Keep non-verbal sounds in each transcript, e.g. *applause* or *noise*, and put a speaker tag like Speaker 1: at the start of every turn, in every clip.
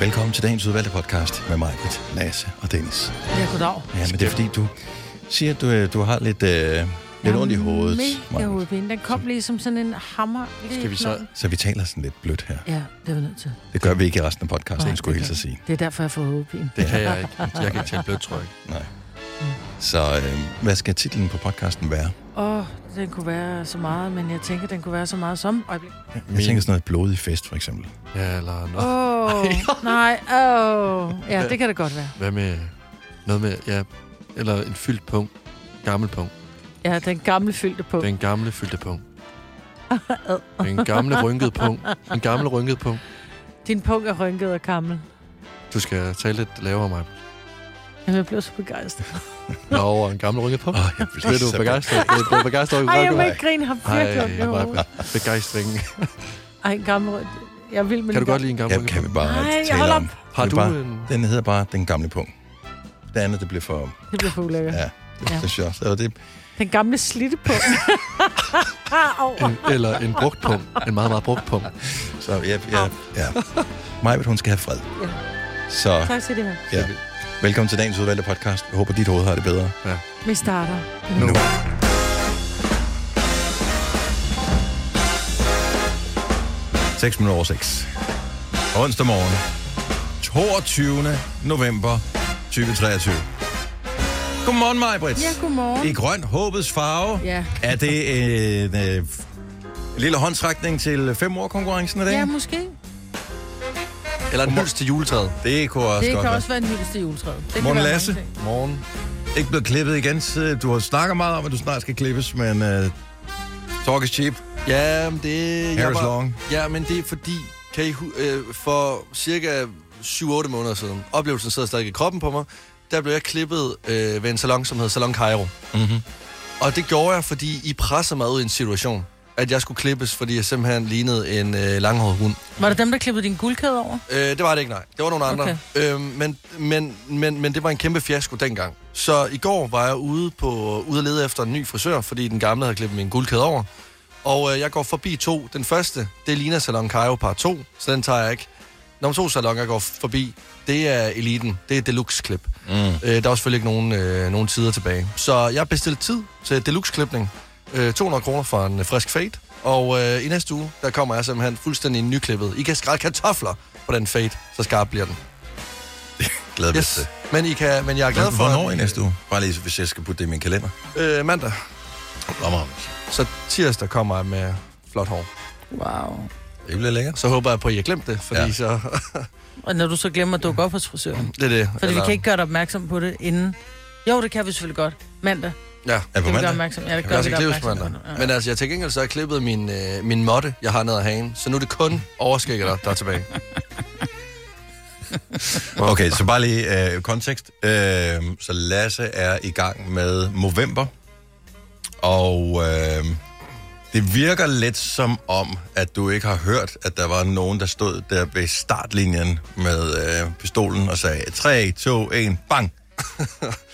Speaker 1: Velkommen til dagens udvalgte podcast med mig, Britt, Lasse og Dennis.
Speaker 2: Ja, goddag.
Speaker 1: Ja, men det er fordi, du siger, at du, øh, du har lidt, øh, lidt ondt i hovedet.
Speaker 2: Mega
Speaker 1: Maja.
Speaker 2: hovedpine. Den kom lige som sådan en hammer. Lige
Speaker 3: Skal vi så-
Speaker 2: i knoppen.
Speaker 1: Så vi taler sådan lidt blødt her.
Speaker 2: Ja, det er vi nødt til.
Speaker 1: Det gør vi ikke i resten af podcasten,
Speaker 2: Nej,
Speaker 1: skulle jeg
Speaker 2: det
Speaker 1: hilse at sige.
Speaker 2: Det er derfor, jeg får hovedpine.
Speaker 3: Det kan jeg ikke. Jeg kan ikke tale blødt, tror jeg.
Speaker 1: Nej. Så øh, hvad skal titlen på podcasten være?
Speaker 2: Åh, oh, den kunne være så meget, men jeg tænker, den kunne være så meget som... Øjeblik.
Speaker 1: Jeg tænker sådan noget blodig fest, for eksempel.
Speaker 3: Ja, eller noget. *laughs*
Speaker 2: Åh, oh, nej, åh. Oh. Ja, det kan det godt være.
Speaker 3: Hvad med... Noget med... Ja, eller en fyldt punkt. Gammel punkt.
Speaker 2: Ja, den gamle fyldte på.
Speaker 3: Den gamle fyldte
Speaker 2: *laughs*
Speaker 3: punkt. Den gamle rynkede punkt. Den gamle rynkede punkt.
Speaker 2: Din punkt er rynket og gammel.
Speaker 3: Du skal tale lidt lavere mig.
Speaker 2: Jamen, jeg blev så begejstret.
Speaker 3: Nå, og en gammel rynket punkt.
Speaker 1: Åh, jeg
Speaker 3: Bliver du
Speaker 1: så
Speaker 3: begejstret? Bliver du begejstret?
Speaker 2: Ej, jeg må
Speaker 3: Ej,
Speaker 2: ikke grine. Har virkelig ondt i hovedet.
Speaker 3: Ej, begejstringen.
Speaker 2: Ej, en gammel rynke. Jeg vil med
Speaker 3: Kan du
Speaker 2: den
Speaker 3: godt
Speaker 2: gamle-
Speaker 3: lide en gammel
Speaker 1: Ja,
Speaker 3: rynket
Speaker 1: kan vi
Speaker 3: punkt?
Speaker 1: bare
Speaker 2: Nej, jeg
Speaker 1: tale
Speaker 2: holder
Speaker 1: om.
Speaker 3: Har
Speaker 1: Det er
Speaker 3: du
Speaker 1: bare,
Speaker 3: en...
Speaker 1: Den hedder bare Den Gamle Punkt. Det andet, det blev for...
Speaker 2: Det bliver for ulækkert.
Speaker 1: Ja, det
Speaker 2: Ja.
Speaker 1: ja. sjovt. Så det,
Speaker 2: Den gamle slitte på.
Speaker 3: *laughs*
Speaker 2: *laughs* Over.
Speaker 3: En, eller en brugt punkt. En meget, meget brugt punkt.
Speaker 1: så ja, ja, ja. Majbet, hun skal have fred.
Speaker 2: Ja.
Speaker 1: Så
Speaker 2: Tak til det her.
Speaker 1: ja. velkommen til dagens udvalgte podcast. Jeg håber, dit hoved har det bedre.
Speaker 2: Vi starter.
Speaker 1: nu. Seks minutter over seks. Onsdag morgen. 22. november 2023. Godmorgen, Maja Brits.
Speaker 2: Ja, godmorgen.
Speaker 1: I grøn håbets farve.
Speaker 2: Ja.
Speaker 1: Er det en, øh, en lille håndtrækning til fem år konkurrencen i dag?
Speaker 2: Ja, måske.
Speaker 3: Eller en mus til juletræet.
Speaker 1: det kunne også
Speaker 2: Det
Speaker 1: godt
Speaker 2: kan
Speaker 1: være.
Speaker 2: også være en hyldest til juletræet. Det kan
Speaker 1: Morgen,
Speaker 2: være mange
Speaker 1: Lasse.
Speaker 2: ting.
Speaker 3: Morgen.
Speaker 1: Ikke blevet klippet igen. så Du har snakket meget om, at du snart skal klippes, men øh, talk is cheap.
Speaker 3: Ja, men det... jeg
Speaker 1: Hair is
Speaker 3: var-
Speaker 1: long.
Speaker 3: Ja, men det er fordi, kan I, hu- øh, for cirka 7-8 måneder siden, oplevelsen sidder stadig i kroppen på mig, der blev jeg klippet øh, ved en salon, som hedder Salon Cairo.
Speaker 1: Mm-hmm.
Speaker 3: Og det gjorde jeg, fordi I presser mig ud i en situation, at jeg skulle klippes, fordi jeg simpelthen lignede en øh, langhåret hund.
Speaker 2: Var det dem, der klippede din guldkæde over?
Speaker 3: Øh, det var det ikke, nej. Det var nogle andre.
Speaker 2: Okay.
Speaker 3: Okay. Øh, men, men, men, men det var en kæmpe fiasko dengang. Så i går var jeg ude, på, ude at lede efter en ny frisør, fordi den gamle havde klippet min guldkæde over. Og øh, jeg går forbi to. Den første, det ligner Salon Cairo par 2, så den tager jeg ikke. Nummer to salon, jeg går forbi, det er Eliten. Det er Deluxe-klip. Mm. Øh, der er selvfølgelig ikke nogen, øh, nogen tider tilbage. Så jeg bestilte tid til Deluxe-klipning. Øh, 200 kroner for en øh, frisk fade. Og øh, i næste uge, der kommer jeg simpelthen fuldstændig nyklippet. I kan skrælle kartofler på den fade, så skarp bliver den.
Speaker 1: Glæder mig yes.
Speaker 3: Yes.
Speaker 1: til.
Speaker 3: Men, I kan, men jeg er glad for...
Speaker 1: Hvornår
Speaker 3: at-
Speaker 1: i næste uge? Bare lige, hvis jeg skal putte det i min kalender.
Speaker 3: Øh, mandag.
Speaker 1: Om, om.
Speaker 3: Så tirsdag kommer jeg med flot hår.
Speaker 2: Wow.
Speaker 1: Det bliver lækkert.
Speaker 3: Så håber jeg på, at I har glemt det, fordi
Speaker 1: Ja.
Speaker 3: ja. så... *laughs*
Speaker 2: Og når du så glemmer at dukke op hos frisøren.
Speaker 3: det er det.
Speaker 2: Fordi vi kan ikke gøre dig opmærksom på det inden. Jo, det kan vi selvfølgelig godt. Mandag.
Speaker 3: Ja.
Speaker 1: Er
Speaker 2: Kan
Speaker 1: på
Speaker 2: vi gøre
Speaker 1: mandag?
Speaker 2: opmærksom? Ja, det
Speaker 3: Jeg
Speaker 2: gør
Speaker 3: er
Speaker 2: vi
Speaker 3: skal
Speaker 2: dig
Speaker 3: klippes
Speaker 2: opmærksom på.
Speaker 3: mandag.
Speaker 2: nu. Ja.
Speaker 3: Men altså, jeg til gengæld så har jeg klippet min, øh, min måtte, jeg har ned ad hagen. Så nu er det kun overskægget, der, der er tilbage.
Speaker 1: Okay, så bare lige øh, kontekst. Øh, så Lasse er i gang med november, og øh, det virker lidt som om, at du ikke har hørt, at der var nogen, der stod der ved startlinjen med øh, pistolen og sagde 3, 2, 1,
Speaker 2: *laughs*
Speaker 1: bang!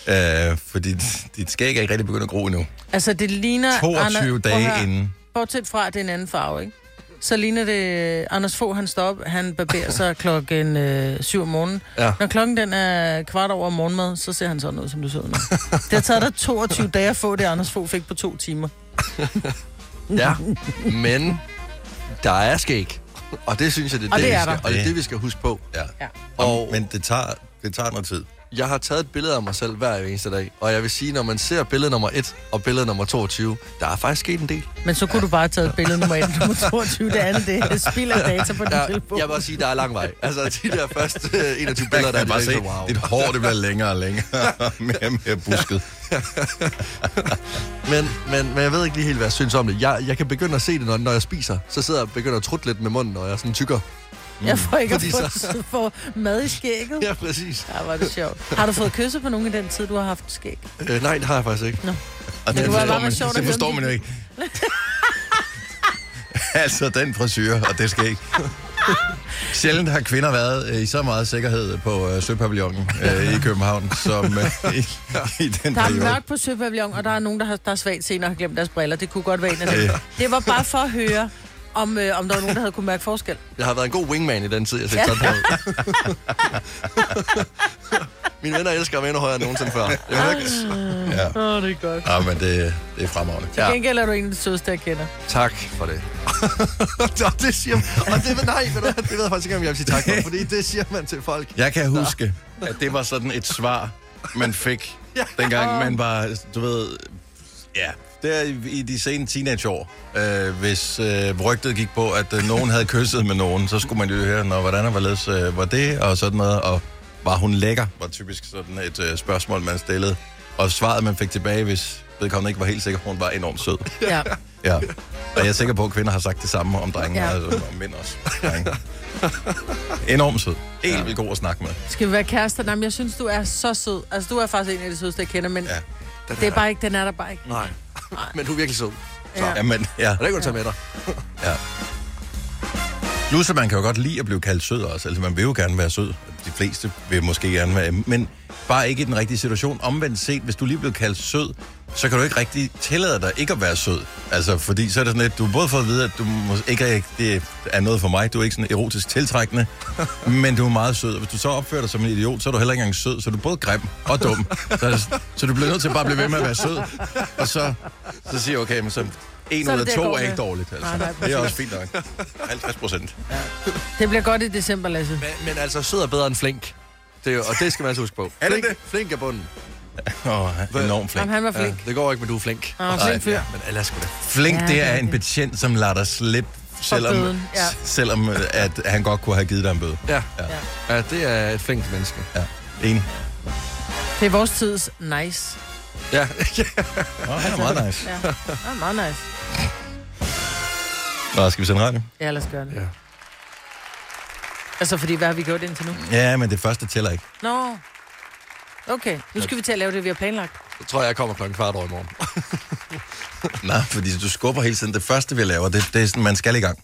Speaker 1: øh, fordi dit- dit skæg er ikke rigtig begyndt at gro endnu.
Speaker 2: Altså, det ligner...
Speaker 1: 22
Speaker 2: Anna- Prøv at
Speaker 1: dage
Speaker 2: høre.
Speaker 1: inden.
Speaker 2: Bortset fra, at det er en anden farve, ikke? Så ligner det... øh, Anders Fogh, han står op. Han barberer
Speaker 1: *laughs*
Speaker 2: sig klokken øh, 7 om morgenen.
Speaker 3: Ja.
Speaker 2: Når klokken den er kvart over morgenmad, så ser han sådan ud, som du ser ud nu.
Speaker 1: *laughs*
Speaker 2: Det har taget dig 22 dage at få det, Anders Fogh fik på to timer.
Speaker 3: Ja, men der er skæg. Og det synes jeg, det er,
Speaker 2: Og
Speaker 3: det,
Speaker 2: det
Speaker 3: vi
Speaker 2: er
Speaker 3: skal,
Speaker 2: der.
Speaker 3: og det, er det, vi skal huske på.
Speaker 1: Ja.
Speaker 2: Ja.
Speaker 3: Og-
Speaker 1: Men det tager, det tager noget tid.
Speaker 3: Jeg har taget et billede af mig selv hver eneste dag, og jeg vil sige, når man ser billede nummer 1 og billede nummer 22, der er faktisk sket en del.
Speaker 2: Men så kunne du bare have taget et billede nummer 1, nummer 22, det andet, det er spild af data på din
Speaker 3: Der,
Speaker 2: telefon.
Speaker 3: jeg vil også sige, der er lang vej. Altså, de der
Speaker 2: *laughs*
Speaker 3: første øh, 21
Speaker 1: Der kan
Speaker 3: billeder, der er
Speaker 1: jeg bare
Speaker 3: de
Speaker 1: se,
Speaker 3: der, wow.
Speaker 1: dit hår det bliver længere og længere, og mere og mere busket.
Speaker 3: Men, men, men jeg ved ikke lige helt, hvad jeg synes om det. Jeg, jeg kan begynde at se det, når, når jeg spiser. Så sidder jeg og begynder at trutte lidt med munden, og jeg er sådan
Speaker 2: *laughs*
Speaker 3: tykker.
Speaker 2: Jeg får ikke at
Speaker 3: Fordi
Speaker 2: få,
Speaker 3: så-
Speaker 2: få mad i skægget.
Speaker 3: Ja, præcis.
Speaker 2: Ja, var det sjovt. Har du fået kysset på nogen i den tid, du har haft skæg?
Speaker 3: Øh, nej, det har jeg faktisk ikke.
Speaker 1: Og
Speaker 2: Det
Speaker 1: den
Speaker 2: kunne
Speaker 1: forstår,
Speaker 2: bare
Speaker 1: man,
Speaker 2: være sjovt at
Speaker 1: det
Speaker 2: høre
Speaker 1: forstår
Speaker 2: om
Speaker 1: man
Speaker 2: de-
Speaker 1: jo ikke. *laughs* altså, den frisyr, og det
Speaker 2: *laughs*
Speaker 1: skal ikke. Sjældent har kvinder været øh, i så meget sikkerhed på øh, Søpavillonen øh, i København, som øh, i, i den
Speaker 2: Der er
Speaker 1: periode.
Speaker 2: mørkt på Søpavillon, og der er nogen, der, har, der er svagt senere og har glemt deres briller. Det kunne godt være en af
Speaker 1: Ja.
Speaker 2: dem. Det var bare for at høre, om, øh, om der var nogen, der havde kunne mærke forskel.
Speaker 3: Jeg har været en god wingman i den tid, jeg fik sådan på. *laughs* Mine venner elsker mig endnu højere end nogensinde før. Det er virkelig-
Speaker 1: Ja.
Speaker 2: Åh, oh, det er godt.
Speaker 1: Ja, Ah, men det, det er fremragende.
Speaker 2: Til gengæld er du en af de sødeste, jeg kender.
Speaker 3: Tak for det. *laughs* og det siger man, og det, nej, ved du, hvad, det ved jeg faktisk ikke, om jeg vil sige tak for, fordi det siger man til folk.
Speaker 1: Jeg kan huske, at det var sådan et svar, man fik, dengang man var, du ved, ja, der i, i de sene teenageår. Øh, hvis øh, rygtet gik på, at øh, nogen havde kysset med nogen, så skulle man jo høre, Nå, hvordan og hvorledes øh, var det, og sådan noget, og var hun lækker, var typisk sådan et øh, spørgsmål, man stillede. Og svaret, man fik tilbage, hvis vedkommende ikke var helt sikker på, hun var enormt sød.
Speaker 2: Ja.
Speaker 1: Ja. Og jeg er sikker på, at kvinder har sagt det samme om drenge, ja.
Speaker 2: Ja.
Speaker 1: altså om mænd også. Drenge. Enormt sød. Helt vildt god at snakke med.
Speaker 2: Skal vi være kærester? Nej, men jeg synes, du er så sød. Altså, du er faktisk en af de sødeste, jeg kender, men
Speaker 1: Ja.
Speaker 2: ja. det er bare ikke, den er der bare ikke.
Speaker 3: Nej. *laughs* Men du er virkelig sød.
Speaker 2: Ja.
Speaker 1: Jamen, ja.
Speaker 3: Og det kan du tage med dig.
Speaker 1: ja. Plus, at man kan jo godt lide at blive kaldt sød også. Altså, man vil jo gerne være sød. De fleste vil måske gerne være, men bare ikke i den rigtige situation. Omvendt set, hvis du lige bliver kaldt sød, så kan du ikke rigtig tillade dig ikke at være sød. Altså, fordi så er det sådan lidt, du har både fået at vide, at du mås- ikke er, det er noget for mig, du er ikke sådan erotisk tiltrækkende, men du er meget sød. Og hvis du så opfører dig som en idiot, så er du heller ikke engang sød, så er du både grim og dum. Så, så du bliver nødt til bare at blive ved med at være sød. Og så, så siger jeg, okay, men så en
Speaker 2: Så er
Speaker 1: ud af
Speaker 2: det det, jeg
Speaker 1: to
Speaker 2: går
Speaker 1: er
Speaker 2: med.
Speaker 1: ikke dårligt. Altså.
Speaker 2: Nej, nej,
Speaker 1: det er også fint nok. 50 procent.
Speaker 2: Det bliver godt i december, Lasse.
Speaker 3: Men, men altså, sød er bedre end flink. Det er, jo- og det skal man altså huske på.
Speaker 1: Er det
Speaker 3: flink,
Speaker 1: det?
Speaker 3: Flink er bunden.
Speaker 1: Åh, enormt flink.
Speaker 2: Jamen, han var flink.
Speaker 3: Ja, det går ikke, men du er flink.
Speaker 2: Ja. Han var flink
Speaker 1: Ej,
Speaker 2: fyr.
Speaker 3: Men alle er sgu da.
Speaker 1: Flink,
Speaker 2: Ja,
Speaker 1: det
Speaker 2: det
Speaker 1: er
Speaker 2: er
Speaker 1: en
Speaker 2: det.
Speaker 1: betjent, som lader dig slippe, selvom,
Speaker 2: bøden, ja.
Speaker 1: selvom øh, at han godt kunne have givet dig en bøde.
Speaker 3: Ja.
Speaker 2: Ja.
Speaker 3: ja, det er et flinkt menneske.
Speaker 1: Ja. Enig.
Speaker 2: Det er vores tids nice.
Speaker 3: Ja,
Speaker 1: Nå, han er meget nice.
Speaker 2: *laughs* Ja, det er meget nice.
Speaker 1: Nå, skal vi sende radio?
Speaker 2: Ja, lad os gøre det.
Speaker 3: Ja.
Speaker 2: Ja. Altså, fordi hvad har vi gjort indtil nu?
Speaker 1: Ja, men det første tæller ikke.
Speaker 2: Nå. Okay, nu skal vi til at lave det, vi har planlagt.
Speaker 3: så tror *laughs* jeg, jeg kommer klokken kvart over i morgen.
Speaker 1: Nej, fordi du skubber hele tiden. Det første, vi laver, det, det er sådan, man skal i gang.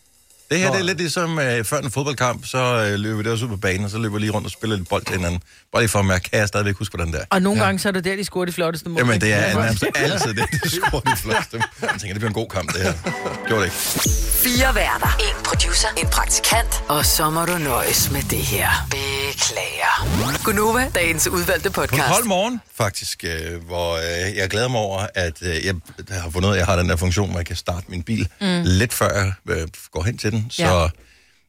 Speaker 1: Det her,
Speaker 3: Nå,
Speaker 1: det er
Speaker 3: ja.
Speaker 1: lidt ligesom øh, før en fodboldkamp, så øh, løber vi det også ud på banen, og så løber vi lige rundt og spiller lidt bold til hinanden. Bare lige for at mærke, kan jeg stadigvæk huske, hvordan det er.
Speaker 2: Og nogle ja. gange, så er det der, de scorer de flotteste mål.
Speaker 1: Jamen, det er
Speaker 2: Ja.
Speaker 1: nærmest altid det, det scorer de fleste. Jeg tænker, det bliver en god kamp, det her. Gjorde det ikke.
Speaker 4: Fire værter. En producer. En praktikant. Og så må du nøjes med det her. Beklager. Gunova, dagens udvalgte
Speaker 1: På en
Speaker 4: podcast.
Speaker 1: kold morgen, faktisk, øh, hvor øh, jeg glæder mig over, at øh, jeg har fundet ud af, at jeg har den der funktion, hvor jeg kan starte min bil mm. lidt før jeg øh, går hen til den, så, ja.
Speaker 2: Ja.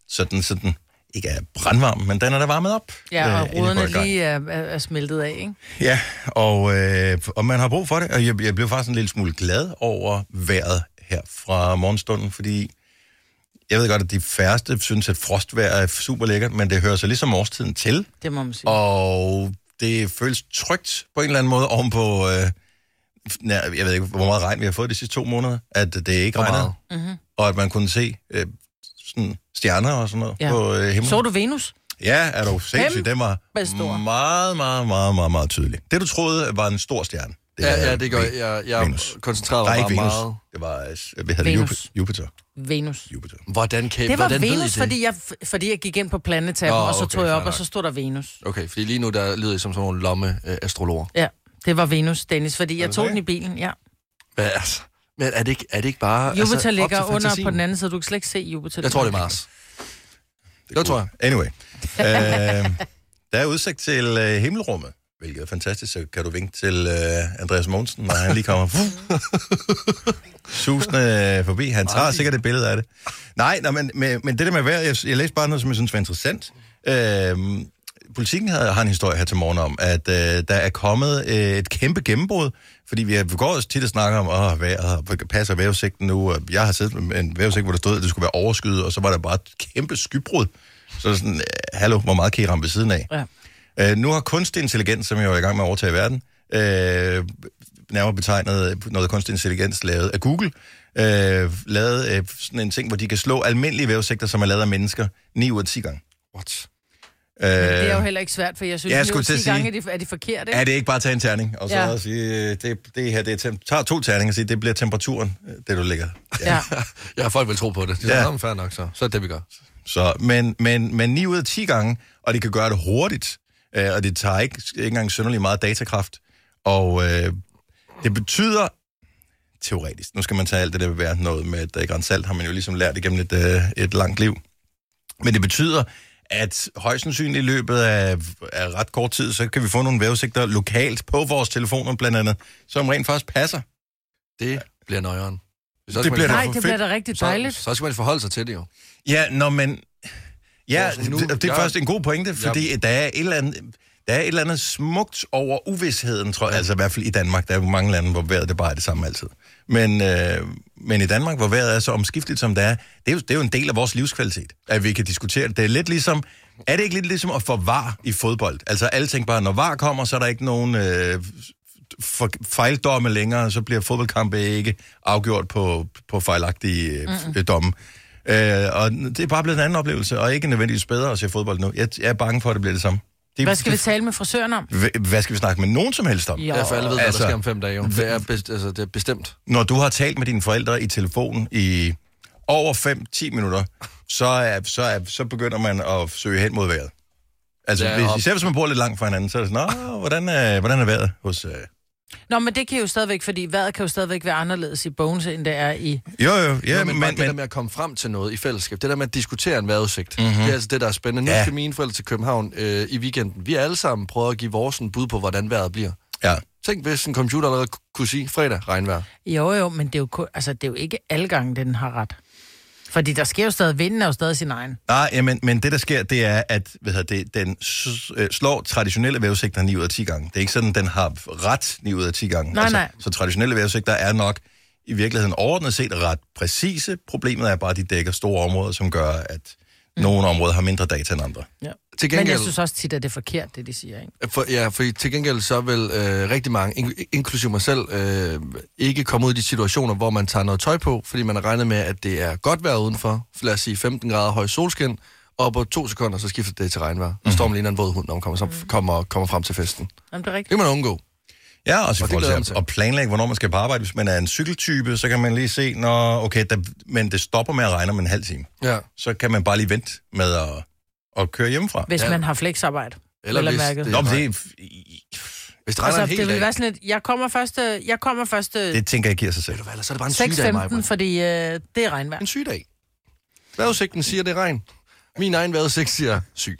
Speaker 1: så, den, så den ikke er brandvarm, men den er da varmet op. Øh,
Speaker 2: Ja, og
Speaker 1: inden jeg går i
Speaker 2: ruderne
Speaker 1: gang.
Speaker 2: lige er, er, er smeltet af, ikke?
Speaker 1: Ja, og, øh, og man har brug for det, og jeg, jeg blev faktisk en lille smule glad over vejret her fra morgenstunden, fordi jeg ved godt, at de færreste synes, at frostvejr er super lækkert, men det hører sig ligesom årstiden til.
Speaker 2: Det må man sige.
Speaker 1: Og det føles trygt på en eller anden måde ovenpå... Øh, nær, jeg ved ikke, hvor meget regn vi har fået de sidste to måneder, at det ikke
Speaker 3: Hvor
Speaker 1: regner. Og at man kunne se øh, sådan stjerner og sådan noget ja.
Speaker 2: Ja.
Speaker 1: på øh, himlen.
Speaker 2: Så du Venus?
Speaker 1: Ja, er du sindssyg. Den var
Speaker 2: stor.
Speaker 1: meget, meget, meget, meget, meget tydelig. Det, du troede var en stor stjerne. Det
Speaker 3: Ja,
Speaker 1: er
Speaker 3: ja, det gør jeg. Jeg, jeg
Speaker 1: Venus.
Speaker 3: koncentrerede
Speaker 1: Der er
Speaker 3: mig
Speaker 1: ikke
Speaker 3: bare
Speaker 1: Venus.
Speaker 3: meget.
Speaker 1: Det var, øh, hvad hedder det?
Speaker 2: Venus.
Speaker 1: Jupi- Jupiter.
Speaker 2: Venus.
Speaker 1: Jupiter.
Speaker 3: Hvordan kan
Speaker 2: Det var
Speaker 3: hvordan ved I
Speaker 2: Venus,
Speaker 3: det?
Speaker 2: fordi jeg, fordi jeg gik ind på planetappen,
Speaker 3: Nå,
Speaker 2: og så
Speaker 3: okay,
Speaker 2: tog jeg op,
Speaker 3: fair
Speaker 2: og så stod der Venus.
Speaker 3: Okay, fordi lige nu der lyder I som sådan nogle lomme øh, astrologer.
Speaker 2: Ja, det var Venus, Dennis, fordi jeg
Speaker 1: det
Speaker 2: tog
Speaker 1: det?
Speaker 2: den i bilen, ja.
Speaker 3: Hvad altså? Men er det ikke, er det ikke bare...
Speaker 2: Jupiter
Speaker 3: altså,
Speaker 2: altså,
Speaker 3: op
Speaker 2: ligger
Speaker 3: til
Speaker 2: under
Speaker 3: fantasien?
Speaker 2: på den anden side, du kan slet ikke se Jupiter.
Speaker 3: Jeg tror, det er Mars.
Speaker 1: Det,
Speaker 3: Det
Speaker 1: kunne-
Speaker 3: tror jeg.
Speaker 1: Anyway.
Speaker 2: *laughs*
Speaker 1: Øh, der er udsigt til øh, himmelrummet, hvilket er fantastisk. Så kan du vinke til øh, Andreas Mogensen, når han lige kommer *laughs* susende øh, forbi. Han tager sikkert et billede af det. Nej, nå, men, men, men det der med vejret, jeg, jeg læste bare noget, som jeg synes var interessant. Øh, politikken havde, har en historie her til morgen om, at øh, der er kommet øh, et kæmpe gennembrud, fordi vi, har, vi går også tit og snakker om, åh, vejret, og passer vejrudsigten nu, og jeg har siddet med en vejrudsigt, hvor der stod, at det skulle være overskyet, og så var der bare et kæmpe skybrud. Så er det sådan, øh, hallo, hvor meget kan I ramme ved siden af?
Speaker 2: Ja.
Speaker 1: Øh, nu har kunstig intelligens, som jo er i gang med at overtage verden, øh, nærmere betegnet øh, noget kunstig intelligens lavet af Google, øh, lavet øh, sådan en ting, hvor de kan slå almindelige vævesigter, som er lavet af mennesker, 9 ud af 10 gange.
Speaker 3: What?
Speaker 1: Øh,
Speaker 2: Det er jo heller ikke svært, for jeg synes,
Speaker 1: jeg
Speaker 2: jeg
Speaker 1: skulle
Speaker 2: skulle
Speaker 1: til at
Speaker 2: 10
Speaker 1: sige-
Speaker 2: gange er de, er de forkerte.
Speaker 1: er det ikke bare at tage en terning, og så
Speaker 2: Ja.
Speaker 1: ja. sige, øh, det, det her, det er tem- tager to terninger og sige, det bliver temperaturen, øh, *laughs* det du ligger.
Speaker 2: Ja.
Speaker 3: *laughs* Ja, folk vil tro på det. Det
Speaker 1: Ja.
Speaker 3: er ja. fair nok, så. Så er det det, vi gør.
Speaker 1: Så, men, men, men 9 ud af 10 gange, og det kan gøre det hurtigt, øh, og det tager ikke, ikke engang synderlig meget datakraft. Og øh, det betyder, teoretisk. Nu skal man tage alt det der være noget med, at der ikke er salt, har man jo ligesom lært igennem et, øh, et langt liv. Men det betyder, at højst sandsynligt i løbet af, af ret kort tid, så kan vi få nogle vejrudsigter lokalt på vores telefoner blandt andet, som rent faktisk passer.
Speaker 3: Det bliver nøjeren. Så
Speaker 1: Det
Speaker 3: skal man-
Speaker 1: bliver da
Speaker 2: Nej,
Speaker 1: for
Speaker 2: det
Speaker 1: fedt.
Speaker 2: bliver da rigtig dejligt.
Speaker 3: Så, så skal man forholde sig til det jo.
Speaker 1: Ja, når man... Ja,
Speaker 3: Vores nu-
Speaker 1: det, det er
Speaker 3: jeg-
Speaker 1: faktisk en god pointe, fordi der er et eller andet... Der er et eller andet smukt over uvidsheden, tror jeg. Altså i hvert fald i Danmark. Der er jo mange lande, hvor vejret det bare er det samme altid. Men, øh, men i Danmark, hvor vejret er så omskifteligt, som det er, det er, jo, det er jo en del af vores livskvalitet, at vi kan diskutere det. Det er lidt ligesom... Er det ikke lidt ligesom at få var i fodbold? Altså alle tænker bare, når var kommer, så er der ikke nogen øh, for, fejldomme længere, så bliver fodboldkampe ikke afgjort på, på fejlagtige mm. domme. Øh, og det er bare blevet en anden oplevelse, og ikke nødvendigvis bedre at se fodbold nu. Jeg, jeg er bange for, at det bliver det samme. Det,
Speaker 2: Hvad skal vi tale med frisøren om?
Speaker 1: vi... Hvad skal vi snakke med nogen som helst om?
Speaker 2: Jo.
Speaker 3: Ja, for alle ved, hvad
Speaker 1: Altså-
Speaker 3: altså, der sker om fem dage. Jo. Det er, best, altså, det er bestemt.
Speaker 1: Når du har talt med dine forældre i telefonen i over 5-10 minutter, så, er, så, er, så begynder man at søge hen mod vejret. Altså,
Speaker 3: Ja,
Speaker 1: ja, hvis,
Speaker 3: og-
Speaker 1: især hvis man bor lidt langt fra hinanden, så er det sådan, Nå, hvordan er, hvordan er vejret hos... Øh...
Speaker 2: Nå, men det kan jo stadigvæk, fordi vejret kan jo stadigvæk være anderledes i Bones, end det er i...
Speaker 1: Jo, jo, ja,
Speaker 3: Ja, men, men, det der med at komme frem til noget i fællesskab, det der med at diskutere en vejrudsigt, mm-hmm. det er altså det, der er spændende. Nu
Speaker 1: Ja.
Speaker 3: ja. skal mine forældre til København øh, i weekenden. Vi alle sammen prøver at give vores en bud på, hvordan vejret bliver.
Speaker 1: ja.
Speaker 3: Tænk, hvis en computer allerede ku- kunne sige fredag regnvejr.
Speaker 2: Jo, jo, men det er jo, kun- altså, det er jo ikke alle gange, den har ret. Fordi der sker jo stadig, vinden er jo stadig sin egen.
Speaker 1: Nej, ja, Ah, men, men det, der sker, det er, at hvad hedder det, den s- øh, slår traditionelle vævesigter 9 ud af 10 gange. Det er ikke sådan, den har ret 9 ud af 10 gange. Altså,
Speaker 2: Nej, nej.
Speaker 1: Så traditionelle vævesigter er nok i virkeligheden overordnet set ret præcise. Problemet er bare, at de dækker store områder, som gør, at
Speaker 2: Mm.
Speaker 1: nogle områder har mindre data end andre.
Speaker 2: Ja.
Speaker 3: Til
Speaker 2: Men jeg
Speaker 3: gengæld-
Speaker 2: synes også tit, at det er forkert, det de siger, ikke?
Speaker 3: Øh, For, ja, for til gengæld så vil øh, rigtig mange, in- inklusive mig selv, øh, ikke komme ud i de situationer, hvor man tager noget tøj på, fordi man har regnet med, at det er godt vejr udenfor. Lad os sige 15 grader høj solskin, og på to sekunder, så skifter det til regnvejr. Mm-hmm. Og stormen ligner en våd hund, når man kommer, så kommer, kommer frem til festen.
Speaker 2: Jamen, det er rigtigt.
Speaker 3: Det kan man undgå.
Speaker 1: Ja, også i
Speaker 3: Og det
Speaker 1: forhold
Speaker 3: glæder jeg mig
Speaker 1: til at,
Speaker 3: til.
Speaker 1: at planlægge, hvornår man skal på arbejde. Hvis man er en cykeltype, så kan man lige se, når, okay, der, men det stopper med at regne om en halv time.
Speaker 3: Ja.
Speaker 1: Så kan man bare lige vente med at, at køre hjemmefra.
Speaker 2: Hvis
Speaker 3: Ja.
Speaker 2: ja. man har flexarbejde.
Speaker 3: Eller
Speaker 2: Vel at
Speaker 3: hvis
Speaker 2: mærket.
Speaker 1: Nå,
Speaker 3: det,
Speaker 1: men
Speaker 3: det,
Speaker 1: det,
Speaker 3: hvis det regner
Speaker 2: Altså,
Speaker 3: en hel
Speaker 2: det vil
Speaker 3: dag,
Speaker 2: være sådan lidt, jeg kommer først, øh, jeg kommer først øh,
Speaker 1: det tænker jeg giver sig selv.
Speaker 3: Ved du hvad, ellers er det bare en sygedag, Maja.
Speaker 2: 6.15, fordi øh, det er regnvejr.
Speaker 3: En sygedag. Vejrudsigten siger, det er regn. Min egen vejrudsigt siger syg.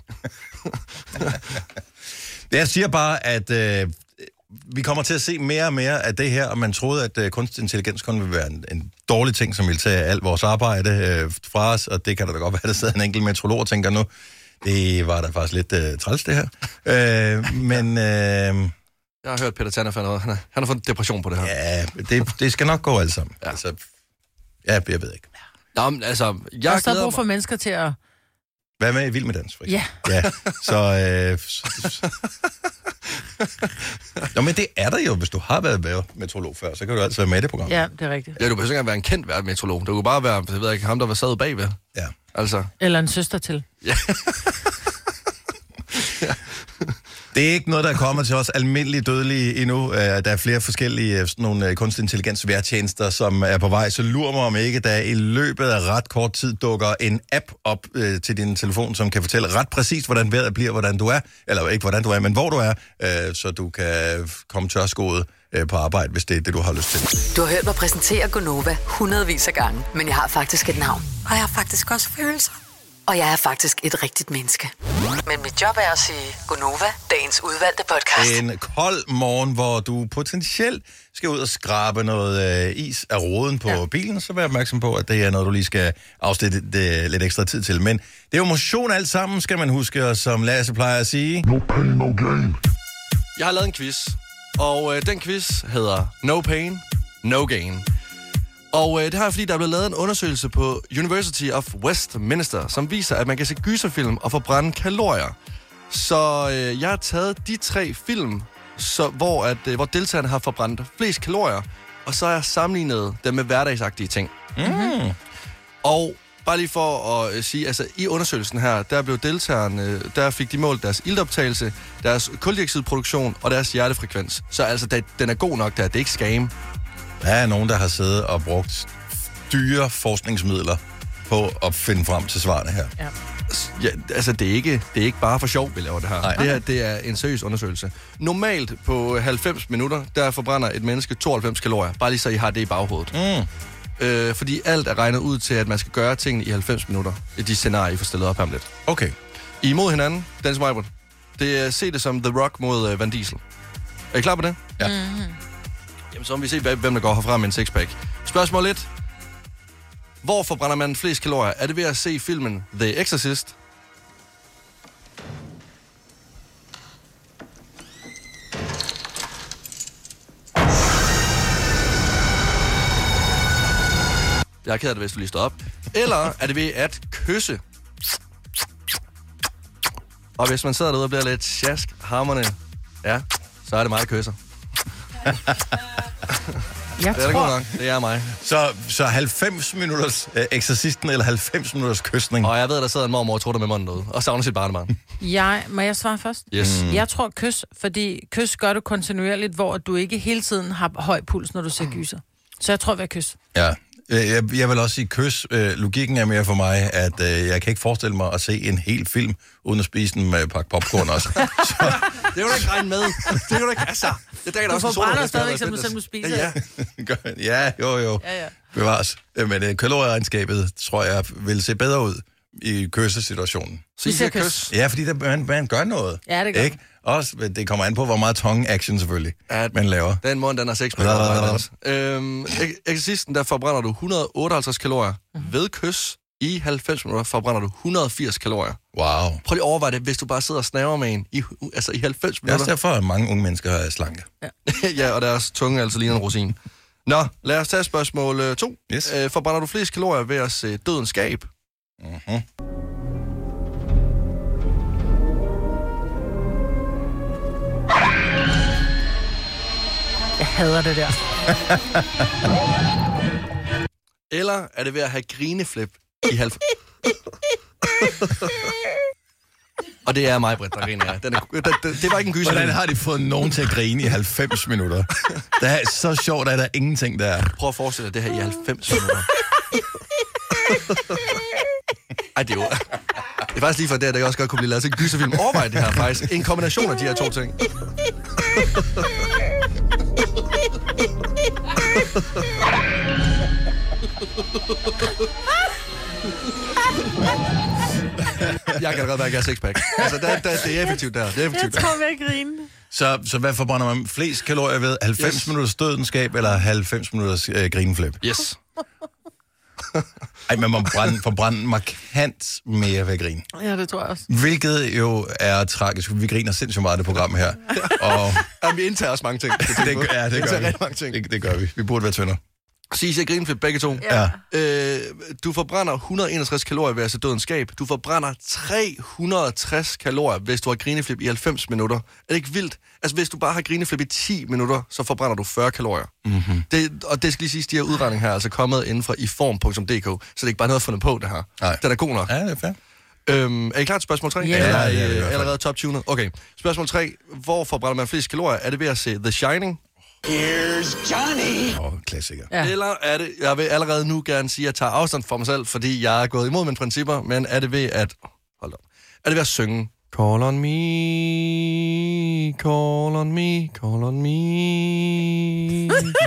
Speaker 1: Jeg siger bare, at øh, vi kommer til at se mere og mere af det her, og man troede, at øh, kunstig intelligens kun ville være en, en dårlig ting, som ville tage alt vores arbejde øh, fra os, og det kan da godt være, at der sidder en enkelt metrolog og tænker nu, det var da faktisk lidt øh, træls, *laughs* det her. Øh, men øh,
Speaker 3: Jeg har hørt Peter Tanner, for noget. Han, har, han har fået en depression på det her.
Speaker 1: ja, det, det skal nok gå alt sammen. Ja.
Speaker 3: Ja.
Speaker 1: Altså, ja, jeg ved ikke.
Speaker 3: Nå, men altså,
Speaker 2: Der er
Speaker 3: jeg
Speaker 2: stadig
Speaker 3: glæder
Speaker 2: brug for
Speaker 3: mig.
Speaker 2: mennesker til at...
Speaker 1: Hvad med Vild med Dans, for
Speaker 2: Ja,
Speaker 1: Ja, så... Øh, så, så. Nå, men det er der jo. Hvis du har været metrolog før, så kan du altid være med i det program.
Speaker 2: ja, det er rigtigt.
Speaker 3: Ja, du behøver ikke engang være en kendt vært metrolog. Det kunne bare være, jeg ved ikke, ham, der var sad bagved.
Speaker 1: ja.
Speaker 3: Altså,
Speaker 2: Eller en søster til.
Speaker 1: Det er ikke noget, der er kommet til os almindelige dødelige endnu. Øh, Der er flere forskellige øh, sådan nogle øh, kunstig intelligens værtjenester, som er på vej. Så lurer mig om ikke, der i løbet af ret kort tid dukker en app op øh, til din telefon, som kan fortælle ret præcist, hvordan vejret bliver, hvordan du er. Eller ikke hvordan du er, men hvor du er, øh, så du kan komme tørskoet øh, på arbejde, hvis det er det, du har lyst til.
Speaker 4: Du har hørt mig præsentere Gonova hundredvis af gange, men jeg har faktisk et navn.
Speaker 5: Og jeg har faktisk også følelser.
Speaker 4: Og jeg er faktisk et rigtigt menneske. Men mit job er at sige Gonova, dagens udvalgte podcast.
Speaker 1: En kold morgen, hvor du potentielt skal ud og skrabe noget øh, is af roden på ja. bilen, så vær opmærksom på, at det er noget, du lige skal afsætte det, lidt ekstra tid til. Men det er jo motion alt sammen, skal man huske, og som Lasse plejer at sige.
Speaker 6: No pain, no gain.
Speaker 3: jeg har lavet en quiz, og øh, den quiz hedder No Pain, No Gain. Og øh, det har jeg, fordi der er blevet lavet en undersøgelse på University of Westminster, som viser, at man kan se gyserfilm og forbrænde kalorier. Så øh, jeg har taget de tre film, så, hvor, at, øh, hvor deltagerne har forbrændt flest kalorier, og så har jeg sammenlignet dem med hverdagsagtige ting. Og bare lige for at øh, sige, altså i undersøgelsen her, der blev deltagerne, øh, der fik de målt deres iltoptagelse, deres koldioxidproduktion og deres hjertefrekvens. Så altså, da- den er god nok der, det er ikke skam.
Speaker 1: Der er nogen, der har siddet og brugt dyre forskningsmidler på at finde frem til svarene her.
Speaker 2: Ja.
Speaker 3: Ja, altså, det er, ikke, det er ikke bare for sjov, vi laver det her. Nej. Det her, det er en seriøs undersøgelse. Normalt på 90 minutter, der forbrænder et menneske 92 kalorier. Bare lige så I har det i baghovedet. Mm. Øh, fordi alt er regnet ud til, at man skal gøre tingene i 90 minutter. I de scenarier, I får stillet op her om lidt.
Speaker 1: Okay.
Speaker 3: I er imod hinanden, Dennis Meibrun. Det er, se det som The Rock mod øh, Van Diesel. Er I klar på det?
Speaker 1: Ja.
Speaker 3: Mm-hmm. Jamen, så må vi se, hvem hvem der går herfra med en sixpack. Spørgsmål 1. Hvor forbrænder man flest kalorier? Er det ved at se filmen The Exorcist? Jeg er ked af det, hvis du lige står op. Eller er det ved at kysse? Og hvis man sidder derude og bliver lidt sjask hammerne, ja, så er det mig, der kysser.
Speaker 2: Jeg
Speaker 3: Det er da god nok. Det er mig.
Speaker 1: Så, så 90 minutters øh, eksorcisten eller 90 minutters kysning.
Speaker 3: Og jeg ved, der sidder en mormor og trutter med munden derude, og savner sit barnebarn.
Speaker 2: Jeg, må jeg svare først?
Speaker 3: Yes.
Speaker 2: Mm. Jeg tror kys, fordi kys gør du kontinuerligt, hvor du ikke hele tiden har høj puls, når du ser gyser. Så jeg tror, vi er kys.
Speaker 1: Ja. Øh, Jeg, jeg vil også sige kys. Øh, Logikken er mere for mig, at øh, jeg kan ikke forestille mig at se en hel film, uden at spise en med pakke popcorn
Speaker 2: *laughs*
Speaker 1: også. så,
Speaker 3: Det kan du ikke regne med. Det kan du ikke. Altså, det dækker
Speaker 2: Du forbrænder stadigvæk, som du selv må spise.
Speaker 3: Ja,
Speaker 1: *laughs*
Speaker 3: ja.
Speaker 1: gør- ja, jo, jo.
Speaker 2: Ja, ja.
Speaker 1: Bevares. Øh, Men øh, kalorieregnskabet, tror jeg, vil se bedre ud i kyssesituationen.
Speaker 3: Så I
Speaker 2: Vi siger
Speaker 3: siger
Speaker 2: kys.
Speaker 3: kys.
Speaker 1: Ja, fordi der, man, man gør noget.
Speaker 2: Ja, det gør
Speaker 1: ikke? Også, men det kommer an på, hvor meget tongue action selvfølgelig,
Speaker 3: Ja,
Speaker 1: man laver.
Speaker 3: Den mund, den har 6
Speaker 1: Ja, ja, ja.
Speaker 3: meter. Øhm, ek- Exorcisten, der forbrænder du 158 kalorier.
Speaker 2: Mhm.
Speaker 3: Ved kys i 90 minutter forbrænder du 180 kalorier.
Speaker 1: Wow.
Speaker 3: Prøv lige at overveje det, hvis du bare sidder og snaver med en i, hu- altså i 90
Speaker 1: Det er også
Speaker 3: minutter.
Speaker 1: derfor, at mange unge mennesker er slanke.
Speaker 3: *laughs* ja, og deres tunge altså ligner en rosin. Nå, lad os tage spørgsmål 2.
Speaker 1: Yes.
Speaker 3: Øh, forbrænder du flest kalorier ved at se dødens skab?
Speaker 1: Mm-hmm.
Speaker 2: Jeg hader det der.
Speaker 3: *laughs* Eller er det ved at have grineflip i
Speaker 2: *laughs*
Speaker 3: halv... og det er mig, Britt, der griner. af. Den er, den, den, det var ikke en gyser.
Speaker 1: Hvordan har de fået nogen til at grine i 90 minutter? Det er så sjovt, at der er ingenting, der er.
Speaker 3: Prøv at forestille dig det her i 90 minutter. Ej, det er jo... Det er faktisk lige fra der, der jeg også godt kunne blive lavet til en gyserfilm. Overvej det her faktisk. En kombination af de her to ting. Jeg kan da godt være, at jeg har sixpack. Altså, der, der, det er effektivt der. Det er effektivt der.
Speaker 2: vi er grine.
Speaker 1: Så, så hvad forbrænder man flest kalorier ved? 90 yes.
Speaker 3: Yes.
Speaker 1: minutters dødenskab eller 90 minutters øh, grineflip?
Speaker 3: Yes.
Speaker 1: Ej, man må brænde, forbrænde markant mere ved at grine.
Speaker 2: Ja, det tror jeg også.
Speaker 1: Hvilket jo er tragisk. Vi griner sindssygt meget i det program her. Og
Speaker 3: Jamen, vi indtager også mange ting.
Speaker 1: det, gør- ja, det
Speaker 3: indtager rigtig
Speaker 1: gør
Speaker 3: mange
Speaker 1: vi.
Speaker 3: ting.
Speaker 1: Det, det gør vi. Vi burde være tyndere.
Speaker 3: Så I siger grineflip begge to?
Speaker 1: Ja.
Speaker 3: Øh, du forbrænder 161 kalorier ved at se dødens skab. Du forbrænder 360 kalorier, hvis du har grineflip i 90 minutter. Er det ikke vildt? Altså, hvis du bare har grineflip i 10 minutter, så forbrænder du 40 kalorier.
Speaker 1: Mhm.
Speaker 3: Mm-hmm. Det, og det skal lige siges, de her udregninger her er altså kommet inden fra iform.dk, så det er ikke bare noget fundet på, det her.
Speaker 1: Nej.
Speaker 3: Den er god nok.
Speaker 1: Ja, det er fair.
Speaker 3: Øhm, er I klar til spørgsmål 3?
Speaker 2: Ja.
Speaker 3: Eller er
Speaker 1: Ja, ja, ja, i
Speaker 3: I
Speaker 1: hvert
Speaker 3: øh,
Speaker 1: fald.
Speaker 3: allerede top 20? Okay. Spørgsmål 3. Hvor forbrænder man flest kalorier? Er det ved at se The Shining?
Speaker 1: Og klassiker.
Speaker 2: Ja.
Speaker 3: Eller er det, jeg vil allerede nu gerne sige, at jeg tager afstand fra mig selv, fordi jeg er gået imod mine principper, men er det ved at... Hold op. Er det ved at synge? Call on me, call on me, call on me,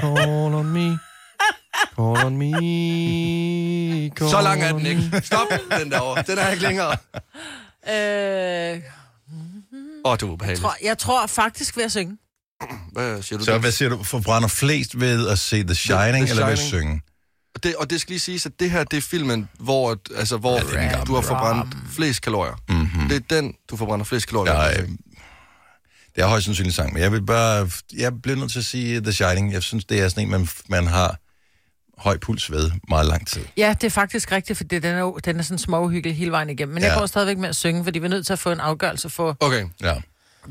Speaker 3: call on me, call on me, call Så lang er den ikke. Stop den derovre. Den er ikke længere.
Speaker 2: Øh,
Speaker 3: Åh, oh, du er ubehagelig.
Speaker 2: tror, jeg tror faktisk ved at synge.
Speaker 3: Hvad siger du?
Speaker 1: Så
Speaker 3: Dennis?
Speaker 1: hvad siger du? Forbrænder flest ved at se The Shining,
Speaker 3: The
Speaker 1: eller ved at
Speaker 3: Shining.
Speaker 1: synge?
Speaker 3: Og det, og det skal lige siges, at det her, det er filmen, hvor, at- altså, hvor ja, du har forbrændt flest kalorier.
Speaker 1: Mhm.
Speaker 3: Mm-hmm. Det er den, du forbrænder flest kalorier.
Speaker 1: Jeg, øh, det er højst sandsynligt sang, men jeg vil bare, jeg bliver nødt til at sige The Shining. Jeg synes, det er sådan en, man, man har høj puls ved meget lang tid.
Speaker 2: Ja, det er faktisk rigtigt, for den er, jo- den er sådan småhyggelig hele vejen igennem. Men ja.
Speaker 1: Ja.
Speaker 2: jeg går stadigvæk med at synge, fordi vi er nødt til at få en afgørelse
Speaker 3: *laughs*
Speaker 2: for...
Speaker 3: Okay,
Speaker 1: Ja.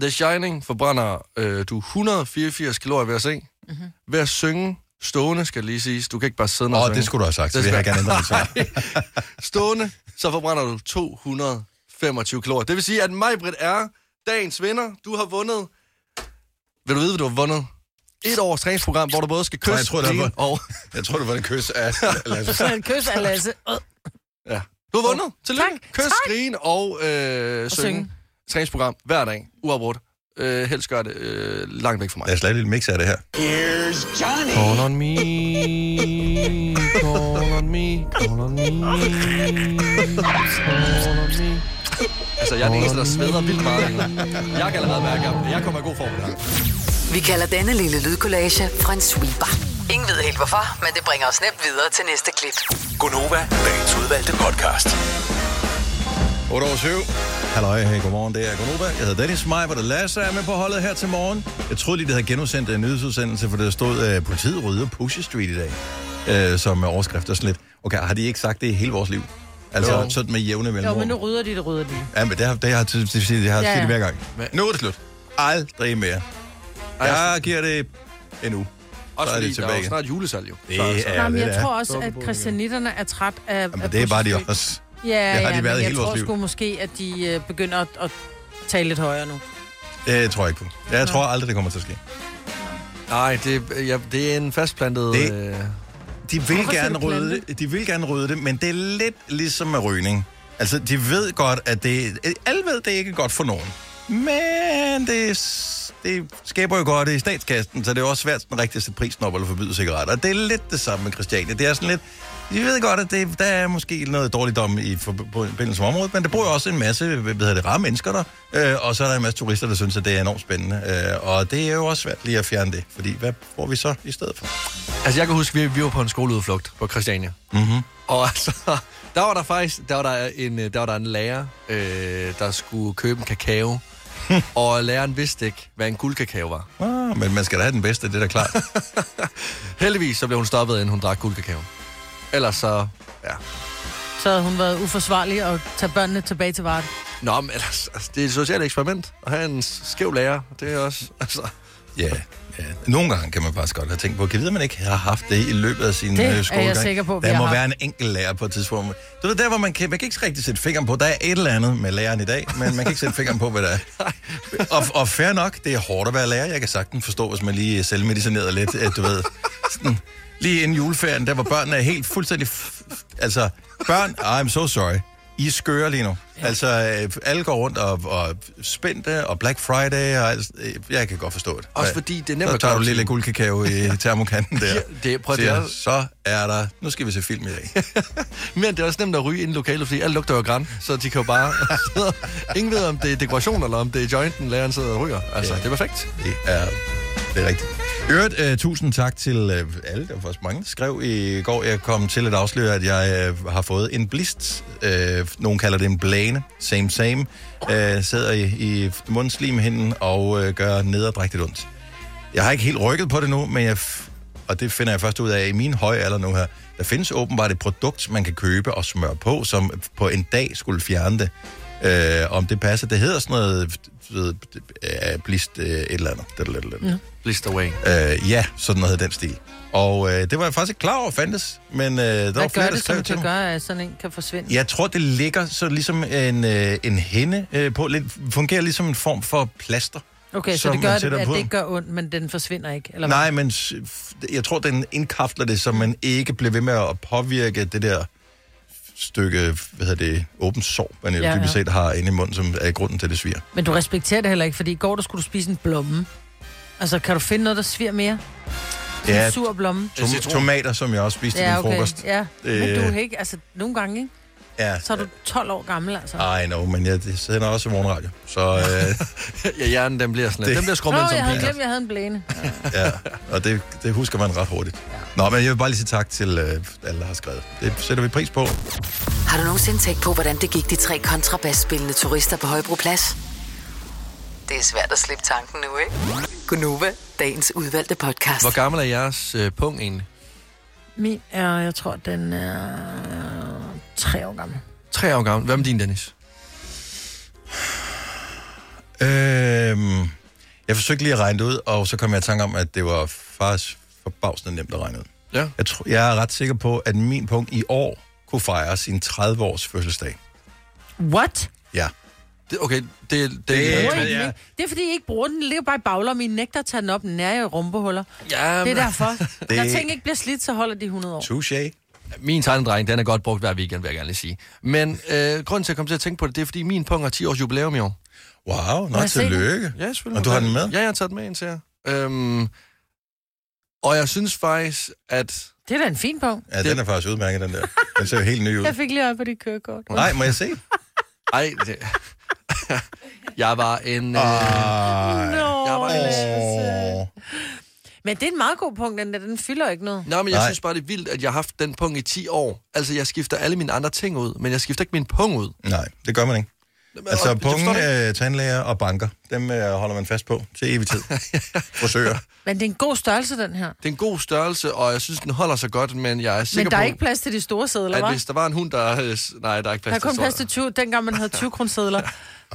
Speaker 3: The Shining forbrænder øh, du 184 kalorier ved at se. Mm-hmm. Ved at synge stående, skal det lige siges. Du kan ikke bare sidde ned
Speaker 1: Åh,
Speaker 3: og
Speaker 1: oh,
Speaker 3: synge.
Speaker 1: det skulle du have sagt, så
Speaker 3: Det
Speaker 1: det har jeg
Speaker 3: skal-
Speaker 1: gerne ændret mit svar.
Speaker 3: *laughs* Stående, så forbrænder du 225 kalorier. Det vil sige, at Majbrit er dagens vinder. Du har vundet... Vil du vide, hvad du har vundet? Et års træningsprogram, hvor du både skal
Speaker 1: Nej,
Speaker 3: kysse,
Speaker 1: jeg tror, det var-
Speaker 3: grine og...
Speaker 1: Jeg tror, det var en kys af... Lad os,
Speaker 2: Så en kys af Lasse. Øh.
Speaker 3: Ja. Du har vundet. Tillykke.
Speaker 2: Tak,
Speaker 3: Kys,
Speaker 2: tak.
Speaker 3: grin og, øh, synge.
Speaker 2: synge.
Speaker 3: Træningsprogram hver dag, uafbrudt. Øh, helst gør det øh, langt væk fra mig.
Speaker 1: Lad os lave et lille mix af det her.
Speaker 5: Here's Johnny.
Speaker 3: Call on me, call on me, call on me, call on me. Altså, jeg er den eneste, der sveder vildt meget. lige nu. Jeg kan allerede mærke, at jeg kommer i god form der.
Speaker 4: Vi kalder denne lille lydkollage en sweeper. Ingen ved helt hvorfor, men det bringer os nemt videre til næste klip.
Speaker 6: Gonova, dagens udvalgte podcast.
Speaker 1: 8 over 7. Halløj, hey, godmorgen, det er Gunnova. Jeg hedder Dennis Maj, hvor der Lasse er med på holdet her til morgen. Jeg troede lige, det havde genudsendt en nyhedsudsendelse, for der stod, uh, politiet rydder Pusher Street i dag, uh, som er overskrift og sådan lidt. Okay, har de ikke sagt det i hele vores liv? Altså
Speaker 3: Jo.
Speaker 1: sådan med jævne
Speaker 2: Jo,
Speaker 1: mellemrum.
Speaker 2: men nu rydder de, det rydder de.
Speaker 1: Ja, men det har, det har, det har, det har
Speaker 2: Ja,
Speaker 1: ja,
Speaker 2: ja.
Speaker 1: ja. hver gang.
Speaker 3: Men-
Speaker 1: Nu er det slut. Aldrig mere. Jeg giver det en uge.
Speaker 3: Altså, Også
Speaker 1: Så er
Speaker 3: fordi,
Speaker 1: det
Speaker 3: der er jo
Speaker 1: tilbage.
Speaker 3: snart julesalg jo.
Speaker 1: Det
Speaker 3: Så altså-
Speaker 1: er
Speaker 2: Ja, Jamen,
Speaker 1: det,
Speaker 2: jeg
Speaker 1: det er.
Speaker 2: tror også, at kristianitterne er træt af... af
Speaker 1: Jamen, det er bare de
Speaker 2: prostitution.
Speaker 1: også.
Speaker 2: Ja,
Speaker 1: har de
Speaker 2: ja,
Speaker 1: været
Speaker 2: men
Speaker 1: hele
Speaker 2: jeg
Speaker 1: vores
Speaker 2: tror
Speaker 1: liv.
Speaker 2: sgu måske, at de øh, begynder at, at tale lidt højere nu.
Speaker 1: Det tror jeg ikke på. Jeg tror aldrig, det kommer til at ske.
Speaker 3: Nej, det, ja, det er en fastplantet...
Speaker 1: Det-
Speaker 3: Øh,
Speaker 1: De vil,
Speaker 2: Hvorfor skal
Speaker 1: gerne
Speaker 2: du blande
Speaker 1: rydde, det- de vil gerne rydde det, men det er lidt ligesom med rygning. Altså, de ved godt, at det... Alle ved, det er ikke godt for nogen. Men det, s- det skaber jo godt i statskassen, så det er jo også svært sådan rigtig at sætte prisen op eller forbyde cigaretter. Og det er lidt det samme med Christiania. Det er sådan lidt... De ved godt, at det, der er måske noget dårligdom i forb- på- forbindelse med området, men der bor jo også en masse hvad hedder det, rare mennesker der, øh, og så er der en masse turister, der synes, at det er enormt spændende. Øh, og det er jo også svært lige at fjerne det, fordi hvad får vi så i stedet for?
Speaker 3: Altså, jeg kan huske, vi, vi var på en skoleudflugt på Christiania. Mm-hmm. Og altså, *laughs* der var der faktisk, der var der en, øh, der var der en lærer, øh, der skulle købe en
Speaker 1: *laughs*
Speaker 3: kakao. og læreren vidste ikke, hvad en guldkakao var.
Speaker 1: Ah, men man skal da have den bedste, det er da
Speaker 2: *laughs*
Speaker 1: klart.
Speaker 3: *laughs* Heldigvis så blev hun stoppet, inden hun drak guldkakao. Ellers så, ja.
Speaker 2: Så havde hun været uforsvarlig og tage børnene tilbage til vart.
Speaker 3: Nå, men ellers, altså, det er et socialt eksperiment. At have en skæv lærer, det er også, *laughs* altså...
Speaker 1: ja, ja. Nogle gange kan man faktisk godt have tænkt på, kan vide, om man ikke har haft det i løbet af sin
Speaker 2: Det er
Speaker 1: øh,
Speaker 2: jeg
Speaker 1: skolegang?
Speaker 2: sikker på, vi
Speaker 1: Der
Speaker 2: har
Speaker 1: må
Speaker 2: haft.
Speaker 1: være en enkelt lærer på et tidspunkt. Du ved, der hvor man kan, man kan ikke rigtig sætte fingeren på, der er et eller andet med læreren i dag, men man kan ikke sætte fingeren på, hvad der er. Og, og fair nok, det er hårdt at være lærer. Jeg kan sagtens forstå, hvis man lige selvmedicinerer lidt, at du ved, sådan, lige inden juleferien, der var børnene helt fuldstændig... F- f- altså, børn, I'm so sorry. I er skøre lige nu. Altså, øh, alle går rundt og, og spændte, og Black Friday, og alt, øh, jeg kan godt forstå det.
Speaker 3: Også fordi det er nemt
Speaker 1: Så
Speaker 3: at
Speaker 1: tager
Speaker 3: gøre
Speaker 1: du
Speaker 3: til
Speaker 1: lige lidt
Speaker 3: jul.
Speaker 1: guldkakao
Speaker 3: *laughs*
Speaker 1: i termokanten der.
Speaker 3: Ja, det- prøv at- det
Speaker 1: Siger,
Speaker 3: er-
Speaker 1: Så er der... Nu skal vi se film i dag.
Speaker 3: Men det er også nemt at ryge ind i lokalet, fordi alt lugter jo af græn, så de kan jo bare... *laughs* Ingen ved, om det er dekoration, eller om det er jointen, læreren sidder og ryger. Altså,
Speaker 1: Ja.
Speaker 3: det er perfekt.
Speaker 1: Det er, det er rigtigt. I øvrigt, uh, tusind tak til uh, alle, der var faktisk mange, der skrev i går. Jeg kom til at afsløre, at jeg uh, har fået en blist. Uh, nogen kalder det en blæne. Same, same. Uh, sidder i, i mundslimhinden og uh, gør nederdrægtigt ondt. Jeg har ikke helt rykket på det nu, men jeg f- og det finder jeg først ud af i min høje alder nu her. Der findes åbenbart et produkt, man kan købe og smøre på, som på en dag skulle fjerne det. Øh, om det passer. Det hedder sådan noget du ved, øh, blist øh, et eller andet. Det, det, det, det.
Speaker 3: Blist away.
Speaker 1: Øh, ja, sådan noget af den stil. Og øh, det var jeg faktisk ikke klar over, fandtes. Men øh, der var
Speaker 2: Hvad
Speaker 1: flere,
Speaker 2: gør
Speaker 1: der
Speaker 2: det, som
Speaker 1: skrev til mig.
Speaker 2: kan gøre, at sådan en kan forsvinde?
Speaker 1: Jeg tror, det ligger så ligesom en, øh, en hænde øh, på. Lidt, fungerer ligesom en form for plaster.
Speaker 2: Okay, så
Speaker 1: som
Speaker 2: det
Speaker 1: man
Speaker 2: gør, at,
Speaker 1: sætter
Speaker 2: at
Speaker 1: på.
Speaker 2: det ikke gør ondt, men den forsvinder ikke? Eller hvad?
Speaker 1: Nej, men s- f- jeg tror, den indkapsler det, så man ikke bliver ved med at påvirke det der stykke, hvad hedder det, åben sår, man jo
Speaker 2: Ja,
Speaker 1: ja,
Speaker 2: ja.
Speaker 1: dybest set har inde i munden, som er grunden til, at det sviger.
Speaker 2: Men du respekterer det heller ikke, fordi i går der skulle du spise en blomme. Altså, kan du finde noget, der sviger mere? Ja.
Speaker 1: Ja,
Speaker 2: En sur blomme?
Speaker 1: tom- tomater, som jeg også spiste ja,
Speaker 2: Ja,
Speaker 1: til min
Speaker 2: okay.
Speaker 1: frokost.
Speaker 2: Ja. Men
Speaker 1: Øh.
Speaker 2: du er ikke, altså, nogle gange, ikke?
Speaker 1: Ja,
Speaker 2: Så er du 12 år gammel, altså.
Speaker 1: I know, men jeg det sender også i morgenradio. Så
Speaker 2: *laughs*
Speaker 1: øh,
Speaker 3: *laughs* Ja, hjernen, den bliver sådan
Speaker 1: Det-
Speaker 3: lidt. Den bliver
Speaker 2: Nå,
Speaker 3: skrummet ind som
Speaker 2: jeg havde
Speaker 3: peanut.
Speaker 2: glemt, jeg havde en blæne.
Speaker 1: ja, og det, det husker man ret hurtigt. Nå, men jeg vil bare lige sige tak til øh, alle, der har skrevet. Det sætter vi pris på.
Speaker 4: Har du nogensinde tænkt på, hvordan det gik de tre kontrabasspillende turister på Højbroplads? Det er svært at slippe tanken nu, ikke? Gunova, dagens udvalgte podcast.
Speaker 3: Hvor gammel er jeres øh, pung egentlig?
Speaker 2: Min er, jeg tror, den er tre år gammel.
Speaker 3: Tre år gammel. Hvad med din, Dennis?
Speaker 1: Øhm, jeg forsøgte lige at regne det ud, og så kom jeg i tanke om, at det var faktisk forbavsende nemt at regne ud.
Speaker 3: Ja.
Speaker 1: Jeg, tror, jeg er ret sikker på, at min punkt i år kunne fejre sin 30-års fødselsdag.
Speaker 2: What?
Speaker 1: Ja.
Speaker 3: Det, okay, det, det,
Speaker 1: Det-
Speaker 2: Bruger
Speaker 3: det
Speaker 2: I den
Speaker 1: ja.
Speaker 2: ikke? Det er, fordi I ikke bruger den. Den ligger bare i baglommen. I nægter at tage den op nære i rumpehuller.
Speaker 3: Ja,
Speaker 2: Det er derfor.
Speaker 1: Det-
Speaker 2: Når ting ikke bliver slidt, så holder de 100 år.
Speaker 1: Touché.
Speaker 3: Min tegnedreng, den er godt brugt hver weekend, vil jeg gerne lige sige. Men øh, grunden til, at jeg kom til at tænke på det, det er, fordi min pung har 10 års jubilæum i år.
Speaker 1: Wow,
Speaker 2: Må
Speaker 1: nå,
Speaker 2: jeg se den?
Speaker 1: tillykke.
Speaker 3: Ja, selvfølgelig.
Speaker 1: Og du har den med?
Speaker 3: Ja, jeg har taget den med ind til jer. Øhm, og jeg synes faktisk, at...
Speaker 2: Det er da en fin bog.
Speaker 1: Ja, den er faktisk udmærket, den der. Den ser jo helt ny ud.
Speaker 2: *laughs* Jeg fik lige øje på dit kørekort.
Speaker 1: Nej, må
Speaker 2: *laughs*
Speaker 1: jeg se?
Speaker 3: Ej, det... *laughs* jeg var en... Øh,
Speaker 1: Ah. Ej.
Speaker 3: Jeg var
Speaker 2: Nå,
Speaker 3: en-
Speaker 2: Lasse.
Speaker 1: Åh.
Speaker 2: Men det er en meget god punkt, den der. Den fylder ikke noget.
Speaker 3: Nej, men jeg
Speaker 1: Nej.
Speaker 3: synes bare, det er vildt, at jeg har haft den pung i 10 år. Altså, jeg skifter alle mine andre ting ud, men jeg skifter ikke min pung ud.
Speaker 1: Nej, det gør man ikke.
Speaker 3: Og-
Speaker 1: Altså,
Speaker 3: jeg forstår
Speaker 1: pungen,
Speaker 3: det ikke.
Speaker 1: øh, tandlæger og banker, dem øh, holder man fast på til *laughs* evig tid. Forsøger.
Speaker 2: Men det er en god størrelse, den her.
Speaker 3: Det er en god størrelse, og jeg synes, den holder sig godt, men jeg er sikker
Speaker 2: Men der er
Speaker 3: på,
Speaker 2: ikke plads til de store sædler,
Speaker 3: at
Speaker 2: hva'?
Speaker 3: hvis der var en hund, der... øh, s- Nej, der er ikke plads
Speaker 2: Der kom
Speaker 3: til
Speaker 2: plads til 20, dengang man havde 20 kronesedler.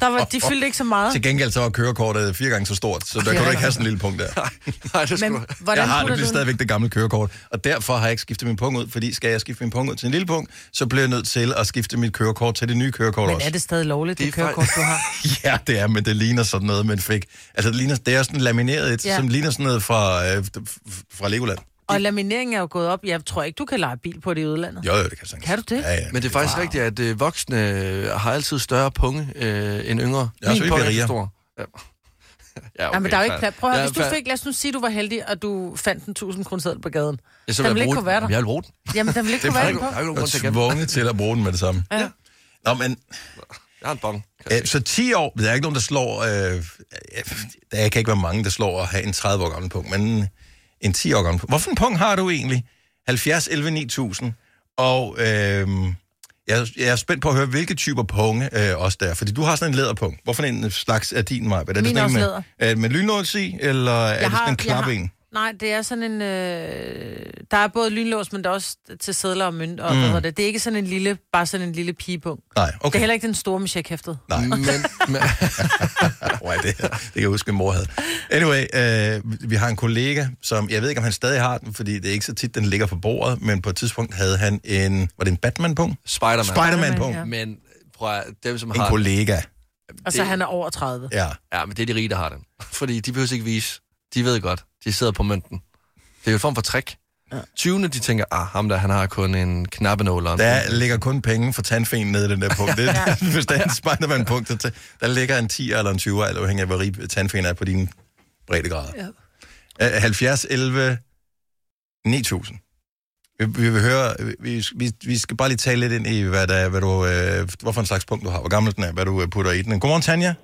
Speaker 2: Der var, de fyldte ikke så meget.
Speaker 1: Til gengæld så er kørekortet fire gange så stort, så der kan du ikke have sådan en lille punkt der.
Speaker 3: *laughs* Nej, det
Speaker 2: Men
Speaker 3: skulle...
Speaker 2: hvordan
Speaker 1: jeg har det
Speaker 2: putter du
Speaker 1: bliver
Speaker 2: den?
Speaker 1: stadigvæk det gamle kørekort, og derfor har jeg ikke skiftet min punkt ud, fordi skal jeg skifte min punkt ud til en lille punkt, så bliver jeg nødt til at skifte mit kørekort til det nye kørekort
Speaker 2: Men
Speaker 1: også.
Speaker 2: er det stadig lovligt, det,
Speaker 3: Det
Speaker 2: det
Speaker 3: er
Speaker 2: kørekort, du har?
Speaker 1: *laughs* Ja, det er, men det ligner sådan noget, man fik. Altså, det, ligner, det er sådan lamineret, et, ja.
Speaker 2: Ja.
Speaker 1: som ligner sådan noget fra, øh, f- f- fra Legoland.
Speaker 2: Og lamineringen er jo gået op. Jeg tror ikke, du kan lege bil på det i udlandet.
Speaker 1: Jo, jo, det kan jeg sagtens.
Speaker 2: Kan du det?
Speaker 1: Ja, ja.
Speaker 3: Men det er faktisk wow. rigtigt, at øh, voksne har altid større punge øh, end yngre.
Speaker 1: Ja, så vi bliver
Speaker 3: pung er
Speaker 1: rigere.
Speaker 3: for stor.
Speaker 2: *laughs*
Speaker 3: Ja. ja, okay,
Speaker 2: Okay, Nej, men der er jo ikke
Speaker 3: fair.
Speaker 2: plads. Prøv at høre,
Speaker 3: Ja,
Speaker 2: hvis du
Speaker 3: fair.
Speaker 2: fik, lad os nu sige, at du var heldig, og du fandt en 1000 kroneseddel på gaden.
Speaker 3: Ja, så
Speaker 2: den
Speaker 3: vil
Speaker 2: vil
Speaker 3: jeg
Speaker 2: ikke
Speaker 3: bruge
Speaker 2: kunne være der.
Speaker 3: Jamen, Jeg vil bruge den.
Speaker 2: Jamen, den ville ikke
Speaker 1: Det
Speaker 2: kunne
Speaker 1: er
Speaker 2: være
Speaker 3: Der er ikke-
Speaker 2: der på.
Speaker 3: der er ikke nogen
Speaker 1: Jeg
Speaker 3: grund til at
Speaker 1: er
Speaker 3: gemme den.
Speaker 1: tvunget til at bruge den med det samme.
Speaker 2: Ja.
Speaker 1: Nå, men
Speaker 3: Jeg har en bong.
Speaker 1: øh, så 10 år, der er ikke nogen, der slår... Øh, øh, der kan ikke være mange, der slår at have en 30 år gammel punkt, men en 10 år gammel punkt. Hvorfor en punkt har du egentlig? 70, 11, 9000. Og øh, jeg, jeg er spændt på at høre, hvilke typer punge øh, også der er. Fordi du har sådan en læderpunkt. Hvorfor en øh, slags er din, Maja? Er det
Speaker 2: Min
Speaker 1: sådan en
Speaker 2: også
Speaker 1: med,
Speaker 2: læder.
Speaker 1: er det med lynlås i, eller er det sådan en knap
Speaker 2: jeg
Speaker 1: en?
Speaker 2: Nej, det er sådan en... Øh, der er både lynlås, men der er også til sædler og mønt. Og mm. hvad hedder det. det er ikke sådan en lille, bare sådan en lille pigepung. Okay.
Speaker 1: Nej,
Speaker 2: Det er
Speaker 1: okay.
Speaker 2: heller ikke den store med checkhæftet.
Speaker 1: Nej.
Speaker 3: Men, men, *laughs*
Speaker 1: Nej, det, det kan jeg huske, min mor havde. Anyway, øh, vi har en kollega, som jeg ved ikke, om han stadig har den, fordi det er ikke så tit, den ligger på bordet, men på et tidspunkt havde han en, var det en Batman-punkt?
Speaker 3: Spider-Man.
Speaker 1: Spider-Man-punkt.
Speaker 2: Spider-Man,
Speaker 3: Men prøv at, dem, som
Speaker 1: En
Speaker 3: har den,
Speaker 1: kollega,
Speaker 2: Og så
Speaker 3: det-
Speaker 2: han er over 30.
Speaker 1: ja.
Speaker 3: Ja, men det er de rige, der har den. Fordi de behøver ikke vise. De ved godt. De sidder på mønten. Det er jo en form for trick. Ja. 20'erne, de tænker, ah, ham der, han har kun en knappenål. og en
Speaker 1: Der
Speaker 3: punkt."
Speaker 1: ligger kun penge for tandfen nede i den der punkt. Det, er- *laughs* Hvis der er en Spider-Man-punkt, der, der ligger en 10 eller en 20, eller afhængig af, hvor rig tandfen er på din breddegrad. Øh, Ja. 70, 11, 9000. Vi, vi vil høre, vi, vi, vi skal bare lige tale lidt ind i, hvad, der, er- hvad du, øh, hvorfor en slags punkt du har, hvor gammel den er, hvad du øh, putter i den. Godmorgen, Tanja.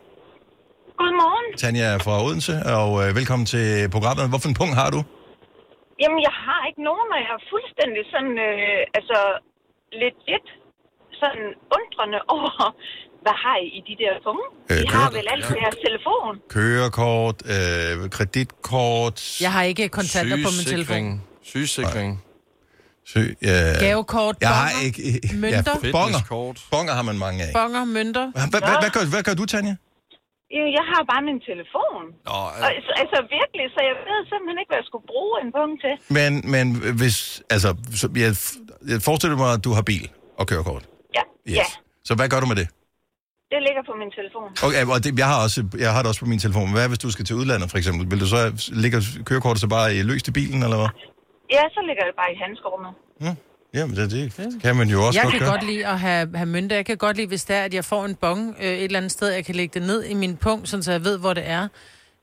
Speaker 5: Godmorgen.
Speaker 1: Tanja er fra Odense, og øh, velkommen til programmet. Hvorfor en punkt har du?
Speaker 5: Jamen, jeg har ikke nogen, og jeg er fuldstændig sådan, øh, altså, lidt lidt sådan undrende over, *laughs* hvad har I i de der punge? Øh,
Speaker 1: Øh,
Speaker 5: I har
Speaker 1: kørekort.
Speaker 5: vel alt i jeres telefon?
Speaker 1: Kørekort, øh, kreditkort,
Speaker 2: Jeg har ikke kontanter på min telefon.
Speaker 3: Sygesikring. Sygesikring.
Speaker 1: sø, øh,
Speaker 2: Gavekort,
Speaker 1: Jeg
Speaker 2: bonger,
Speaker 1: har ikke...
Speaker 2: Mønter.
Speaker 1: Ja, bonger.
Speaker 3: Fitnesskort.
Speaker 1: bonger har man mange af.
Speaker 2: bonger, mønter.
Speaker 1: Hva- hva- hva- Hvad gør, hvad gør du, Tanja?
Speaker 5: Jamen, Jeg har bare min telefon.
Speaker 3: Nå,
Speaker 5: Og,
Speaker 3: øh,
Speaker 5: altså- altså, virkelig, så jeg ved simpelthen ikke, hvad jeg skulle bruge en punge til.
Speaker 1: Men, men hvis... Altså, så, jeg, jeg forestiller mig, at du har bil og kørekort.
Speaker 5: Ja, yes. ja,
Speaker 1: Så hvad gør du med det?
Speaker 5: det ligger på min telefon.
Speaker 1: Okay, og det, jeg, har også, jeg har det også på min telefon. Hvad hvis du skal til udlandet, for eksempel? Vil du så ligge kørekortet så bare øh, løst i bilen, eller hvad? Hm?
Speaker 5: Ja, så ligger det bare i handskerummet.
Speaker 1: Jamen, det, det kan man jo også
Speaker 2: Jeg
Speaker 1: godt
Speaker 2: kan
Speaker 1: gøre.
Speaker 2: godt lide at have, have mønter. Jeg kan godt lide, hvis det er, at jeg får en bong øh, et eller andet sted, jeg kan lægge det ned i min punkt, sådan så jeg ved, hvor det er.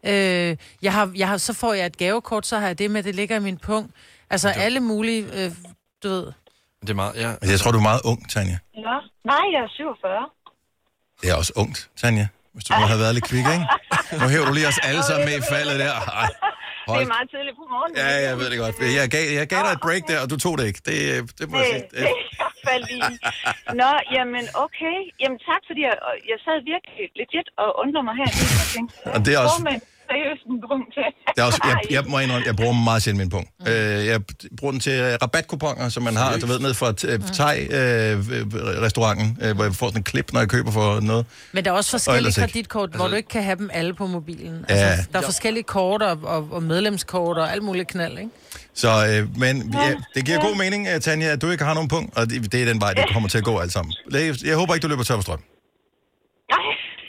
Speaker 2: Øh, jeg har, jeg har, så får jeg et gavekort, så har jeg det med, at det ligger i min punkt. Altså alle mulige, øh, du ved.
Speaker 3: det er meget, ja.
Speaker 1: Men Jeg tror, du er meget ung, Tanja.
Speaker 5: Ja. Nej, jeg er 47.
Speaker 1: Det er også ungt, Tanja. Hvis du nu havde været lidt kvik, ikke? Nu hæver du lige os alle sammen med i faldet der. Ej,
Speaker 5: Det
Speaker 1: hold
Speaker 5: er meget tidligt på morgenen.
Speaker 1: Ja, jeg ved det godt. Jeg gav, jeg gav dig et break der, og du tog det ikke. Det, øh, det må jeg
Speaker 5: Det,
Speaker 1: sige.
Speaker 5: det er jeg faldt i.
Speaker 1: *laughs*
Speaker 5: Nå, jamen okay. Jamen tak, fordi jeg, og jeg sad virkelig legit og undrede mig her. Jeg tænkte,
Speaker 1: Og det er også-
Speaker 5: Formand, seriøst en grund til.
Speaker 1: Det er også, jeg,
Speaker 5: *laughs*
Speaker 1: jeg må indrømme, jeg bruger dem meget sjældent min punkt. Øh, jeg bruger den til øh, rabatkuponer, som man har, du ved, ned fra Thai-restauranten, øh, hvor jeg får sådan en klip, når jeg køber for noget.
Speaker 2: Men der er også
Speaker 1: Og
Speaker 2: forskellige
Speaker 1: ellers ikke. Altså-
Speaker 2: kreditkort, hvor du ikke kan have dem alle på mobilen.
Speaker 1: Ja.
Speaker 2: Altså, Der er forskellige kort og, og, og medlemskort og alt muligt knald, ikke?
Speaker 1: Så, øh, men ja, det giver god mening, øh, Tanja, at du ikke har nogen punkt, og det, det er den vej, det kommer til at gå alt sammen. Jeg, jeg håber ikke, du løber tør for strøm.
Speaker 5: Nej,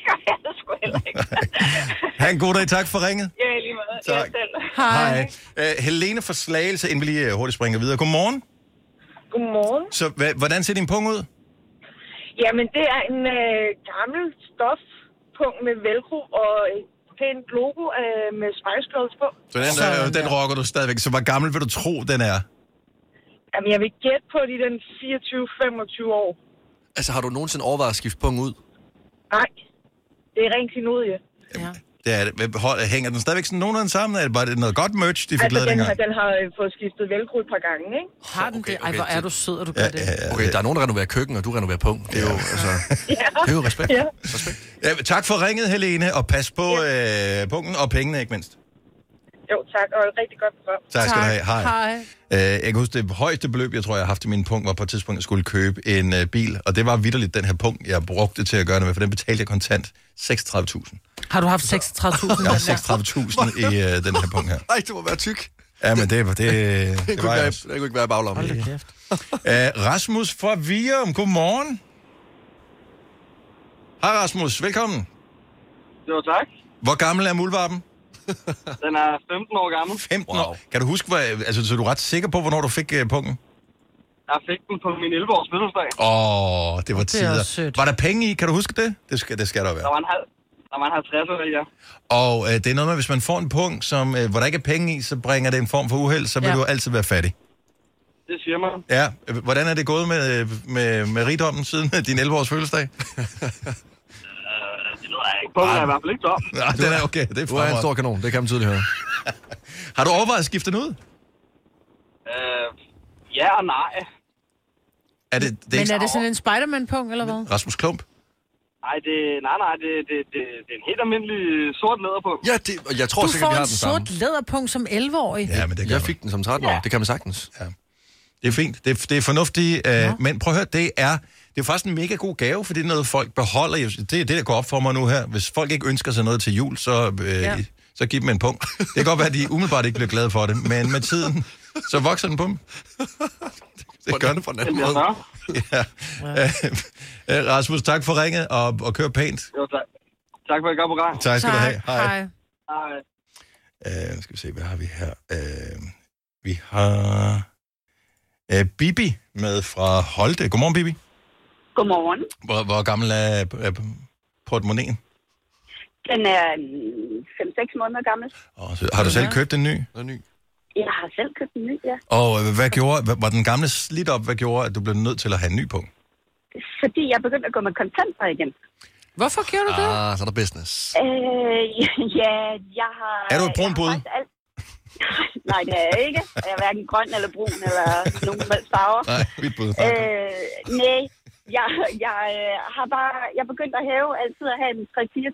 Speaker 5: jeg er sgu heller
Speaker 1: *laughs*
Speaker 5: ikke.
Speaker 1: Ha' en god dag. Tak for ringet.
Speaker 5: Jeg er lige meget.
Speaker 1: Tak.
Speaker 5: Jeg selv.
Speaker 1: Hej. Øh, Helene fra Slagelse, inden vi lige øh, hurtigt springer videre. Godmorgen.
Speaker 7: Godmorgen.
Speaker 1: Så hva- hvordan ser din pung ud?
Speaker 7: Jamen, det er en øh, gammel stofpunkt med velcro og et pænt logo øh, med Spice Girls på.
Speaker 1: Så den,
Speaker 2: Sådan
Speaker 1: øh, den
Speaker 2: der.
Speaker 1: rocker du stadigvæk. Så hvor gammel vil du tro, den er?
Speaker 7: Jamen, jeg vil gætte på, at de er den 24-25 år.
Speaker 3: Altså, har du nogensinde overvejet at skifte punkt ud?
Speaker 7: Nej, det er rent klenodie.
Speaker 2: Ja.
Speaker 1: Det er, det. Hvad- hold- hænger den stadigvæk sådan nogenlunde sammen? Er det bare noget godt merch, de fik
Speaker 7: Altså,
Speaker 1: lavet
Speaker 7: den,
Speaker 1: dengang?
Speaker 7: har- den har øh, fået skiftet velcro et par gange, ikke?
Speaker 2: Har den
Speaker 3: Okay,
Speaker 2: okay, det? Ej,
Speaker 3: okay,
Speaker 2: hvor er
Speaker 3: det-
Speaker 2: du sød, at du gør
Speaker 1: Ja,
Speaker 2: det.
Speaker 1: ja, ja.
Speaker 3: Okay, der er nogen, der renoverer køkken, og du renoverer punkt. Det er jo, *laughs* altså, det er jo respekt.
Speaker 7: Ja.
Speaker 3: respekt.
Speaker 1: Ja, tak for ringet, Helene, og pas på øh, punkten og pengene, ikke mindst.
Speaker 7: Jo, tak, og et rigtig godt program.
Speaker 1: Tak, skal du have. Hej. Øh,
Speaker 2: Hej.
Speaker 1: jeg kan huske, det højeste beløb, jeg tror, jeg har haft i min punkt, var på et tidspunkt, jeg skulle købe en øh, bil. Og det var vidderligt den her punkt, jeg brugte til at gøre det med, for den betalte jeg kontant 36.000.
Speaker 2: Har du haft 36.000?
Speaker 1: Jeg har
Speaker 2: den der?
Speaker 1: 36.000 i øh, den her punkt her.
Speaker 3: Ej, du må være tyk.
Speaker 1: Ja, men det, det, det,
Speaker 3: *laughs* Det
Speaker 1: det
Speaker 3: kunne,
Speaker 1: var
Speaker 3: ikke
Speaker 1: jeg
Speaker 3: være,
Speaker 1: også.
Speaker 3: det kunne ikke være i baglommen.
Speaker 2: Hold da kæft.
Speaker 1: Æ, Øh, Rasmus fra Virum, godmorgen. Hej Rasmus, velkommen.
Speaker 8: Jo, tak.
Speaker 1: Hvor gammel er muldvarpen?
Speaker 8: Den er 15 år gammel.
Speaker 1: 15
Speaker 3: Wow.
Speaker 1: år. Kan du huske, hvor, altså, så er du ret sikker på, hvornår du fik øh, punkten?
Speaker 8: Jeg fik den på min 11-års fødselsdag.
Speaker 1: Åh, det var
Speaker 2: Det er
Speaker 1: tider.
Speaker 2: også sødt.
Speaker 1: Var der penge i? Kan du huske det? Det skal, det skal der jo
Speaker 8: Der
Speaker 1: være.
Speaker 8: var en halv, der var en 50'er i, ja.
Speaker 1: Og øh, det er noget med, hvis man får en punkt, som, øh, hvor der ikke er penge i, så bringer det en form for uheld, så vil
Speaker 2: Ja.
Speaker 1: du altid være fattig.
Speaker 8: Det siger man.
Speaker 1: Ja, øh, hvordan er det gået med, øh, med, med rigdommen siden *laughs* din 11-års fødselsdag?
Speaker 8: Det ved jeg ikke. Punkten er i hvert fald ikke tom.
Speaker 1: Ja, den er okay, det er
Speaker 3: Du er en
Speaker 1: fremragende.
Speaker 3: stor kanon, det kan man tydeligt høre.
Speaker 1: Har du overvejet at skifte den ud?
Speaker 8: Øh, ja og nej.
Speaker 1: Er det, det er
Speaker 2: Men
Speaker 1: ikke...
Speaker 2: er det sådan en Spider-Man-punkt, eller hvad?
Speaker 1: Rasmus Klump?
Speaker 8: Nej, det, nej, nej, det, det, det, det er en helt almiddelig sort læder på.
Speaker 3: Ja, det, og jeg tror
Speaker 2: Du
Speaker 3: sikkert,
Speaker 2: får
Speaker 3: vi har
Speaker 2: en
Speaker 3: den samme.
Speaker 2: sort læderpunkt som 11-årig.
Speaker 1: Ja, men det gør
Speaker 3: Jeg
Speaker 1: man.
Speaker 3: fik den som 13 år, det kan man *laughs* sagtens.
Speaker 1: Det er fint. Det er, det er fornuftigt. Øh, men prøv at høre, det er, det er faktisk en mega god gave, for det er noget, folk beholder. Jeg- Det er det, der går op for mig nu her. Hvis folk ikke ønsker sig noget til jul, så, øh, ja.
Speaker 2: Ja.
Speaker 1: så giv dem en punkt. Det kan godt være, at de umiddelbart ikke bliver glade for det, men med tiden, så vokser den på dem. *laughs* Det gør den.
Speaker 3: på en
Speaker 8: Den
Speaker 3: anden
Speaker 8: bliver
Speaker 3: måde.
Speaker 8: større.
Speaker 1: Øh, øh, Rasmus, tak for ringet, og, og kør pænt.
Speaker 8: Jo, tak. Tak for et godt program.
Speaker 1: Tak skal du have.
Speaker 2: Hej.
Speaker 8: Hej.
Speaker 1: Øh, nu skal vi se, hvad har vi her? Øh, vi har øh, Bibi med fra Holte. Godmorgen, Bibi.
Speaker 7: Godmorgen.
Speaker 1: Hvor, hvor gammel er øh, portemonnaien?
Speaker 7: Den er 5-6 måneder gammel.
Speaker 1: Og så, har du selv købt en ny?
Speaker 3: Noget ny.
Speaker 7: Jeg har selv købt den ny, ja.
Speaker 1: Og øh, hvad gjorde, hva- var den gamle slidt op? Hvad gjorde, at du blev nødt til at have en ny på?
Speaker 7: Fordi jeg begyndte at gå med kontanter igen.
Speaker 2: Hvorfor gjorde du det?
Speaker 3: Ah, så er der business.
Speaker 7: Øh, *laughs* ja, jeg har...
Speaker 1: Er du et brun
Speaker 7: jeg har
Speaker 1: bud?
Speaker 7: faktisk alt- *laughs* Nej, det er jeg ikke. Jeg er hverken grøn eller brun eller nogen som helst farver.
Speaker 1: *laughs* Nej, mit bud.
Speaker 7: Øh, nej, jeg, jeg øh, har bare... Jeg begyndte at have altid at have en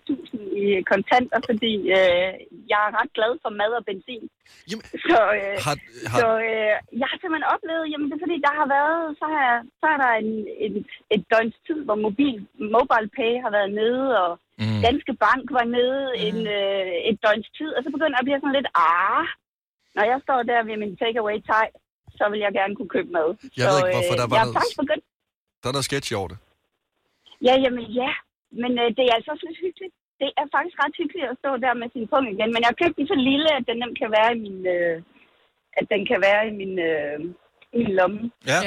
Speaker 7: 3-4.000 i kontanter, fordi øh, jeg er ret glad for mad og benzin.
Speaker 3: Jamen,
Speaker 7: Så, øh,
Speaker 3: har,
Speaker 7: Så
Speaker 3: har,
Speaker 7: øh, jeg har simpelthen oplevet, jamen det er fordi, der har været, så, har, jeg- så er der en, en, et døgns tid, hvor mobil, mobile pay har været nede, og
Speaker 1: Mm.
Speaker 7: Danske Bank var nede
Speaker 3: Mm.
Speaker 7: en, øh, et døgns tid, og så begynder jeg at blive sådan lidt, ah, når jeg står der ved min takeaway thai, så vil jeg gerne kunne købe mad.
Speaker 3: Jeg
Speaker 7: så, øh,
Speaker 3: ved ikke, hvorfor der var
Speaker 7: jeg har
Speaker 3: noget-
Speaker 7: faktisk begyndt,
Speaker 3: der er noget sketchy over det.
Speaker 7: ja, jamen ja, men øh, det er altså også lidt hyggeligt. Det er faktisk ret hyggeligt at stå der med sin punkt igen, men jeg har købt den så lille, at den nemt kan være i min, øh, at den kan være i min, øh, i min lomme.
Speaker 1: Ja.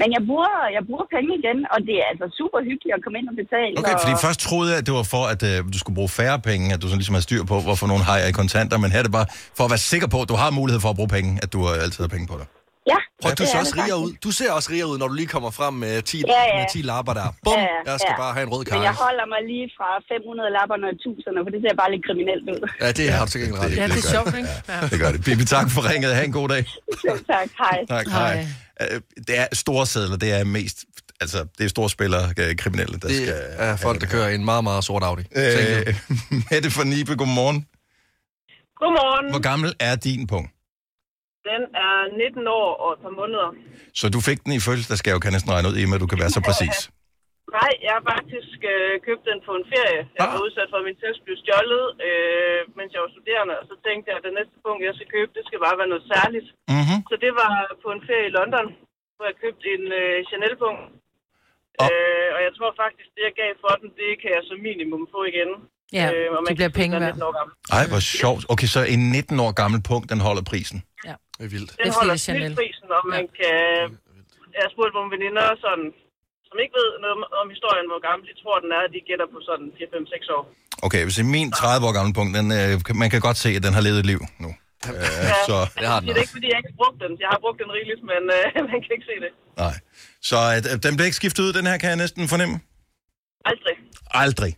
Speaker 7: Men jeg bruger, jeg bruger penge igen, og det er altså super hyggeligt at komme ind og betale.
Speaker 1: Okay,
Speaker 7: og...
Speaker 1: fordi først troede jeg, at det var for, at øh, du skulle bruge færre penge, at du sådan ligesom har styr på, hvorfor nogen har jeg i kontanter, men her er det bare for at være sikker på, at du har mulighed for at bruge penge, at du øh, altid har penge på dig.
Speaker 7: Ja,
Speaker 3: Prøv, du
Speaker 7: det
Speaker 3: ser
Speaker 7: er
Speaker 3: også
Speaker 7: det
Speaker 3: rigere ud.
Speaker 7: faktisk.
Speaker 3: Du ser også rigere ud, når du lige kommer frem med 10,
Speaker 7: Ja, ja.
Speaker 3: med 10 lapper der. Bum,
Speaker 7: Ja, ja.
Speaker 3: jeg skal bare have en rød
Speaker 7: Men
Speaker 3: kage.
Speaker 7: jeg holder mig lige fra 500 lapperne og 1000'erne, for det ser bare lidt kriminelt
Speaker 1: *laughs*
Speaker 7: ud.
Speaker 3: Ja, det har du til gengæld ret i.
Speaker 2: Ja, det
Speaker 1: gør
Speaker 2: er sjovt, ikke? Ja.
Speaker 1: Det gør det. Bibi, tak for ringet. Ha' en god dag.
Speaker 7: Så tak, hej.
Speaker 1: Tak, hej.
Speaker 2: Hej.
Speaker 1: Øh, Det er store sædler, det er mest, altså, det er store spillere, øh, kriminelle, der skal...
Speaker 3: Det er folk, der kører en meget, meget sort Audi. Tænk nu.
Speaker 1: Øh, *laughs* Mette for Nibe, godmorgen.
Speaker 5: Godmorgen.
Speaker 1: Hvor gammel er din punkt?
Speaker 5: Den er 19 år og et par måneder.
Speaker 1: Så du fik den i fødselsdagsgave, kan jeg næsten regne ud, i og med, at du kan være så præcis.
Speaker 5: Nej, jeg har faktisk øh, købt den på en ferie. Jeg
Speaker 1: Ah.
Speaker 5: var udsat for, at min test blev stjålet, øh, mens jeg var studerende. Og så tænkte jeg, at det næste punkt, jeg skal købe, det skal bare være noget særligt.
Speaker 1: Mm-hmm.
Speaker 5: Så det var på en ferie i London, hvor jeg købte en øh, Chanel-punkt.
Speaker 1: Og-
Speaker 5: Øh, og jeg tror faktisk, det jeg gav for den, det kan jeg som minimum få igen.
Speaker 2: Ja,
Speaker 5: Øh, og man
Speaker 2: det bliver
Speaker 5: kan sige,
Speaker 2: penge
Speaker 5: den er
Speaker 2: værd.
Speaker 5: 19 år gammel.
Speaker 1: Ej, hvor sjovt. Okay, så en 19 år gammel punkt, den holder prisen.
Speaker 3: Det er vildt.
Speaker 5: Den
Speaker 2: Efter
Speaker 5: holder
Speaker 2: Chanel.
Speaker 5: prisen, og man
Speaker 2: Ja.
Speaker 5: kan... jeg har spurgt nogle veninder, sådan, som ikke ved noget om- om historien, hvor gammel de tror, den er, de gætter på sådan 4-5-6 år.
Speaker 1: Okay, hvis min 30 år gamle punkt, den, øh, kan- man kan godt se, at den har levet et liv nu. Øh, så,
Speaker 3: Det har den
Speaker 5: Det er
Speaker 3: også.
Speaker 5: ikke, fordi jeg ikke har brugt den. Jeg har brugt den rigeligt, men øh, *laughs* man kan ikke se det.
Speaker 1: nej. Så øh, den bliver ikke skiftet ud, den her, kan jeg næsten fornemme.
Speaker 5: Aldrig.
Speaker 1: Aldrig.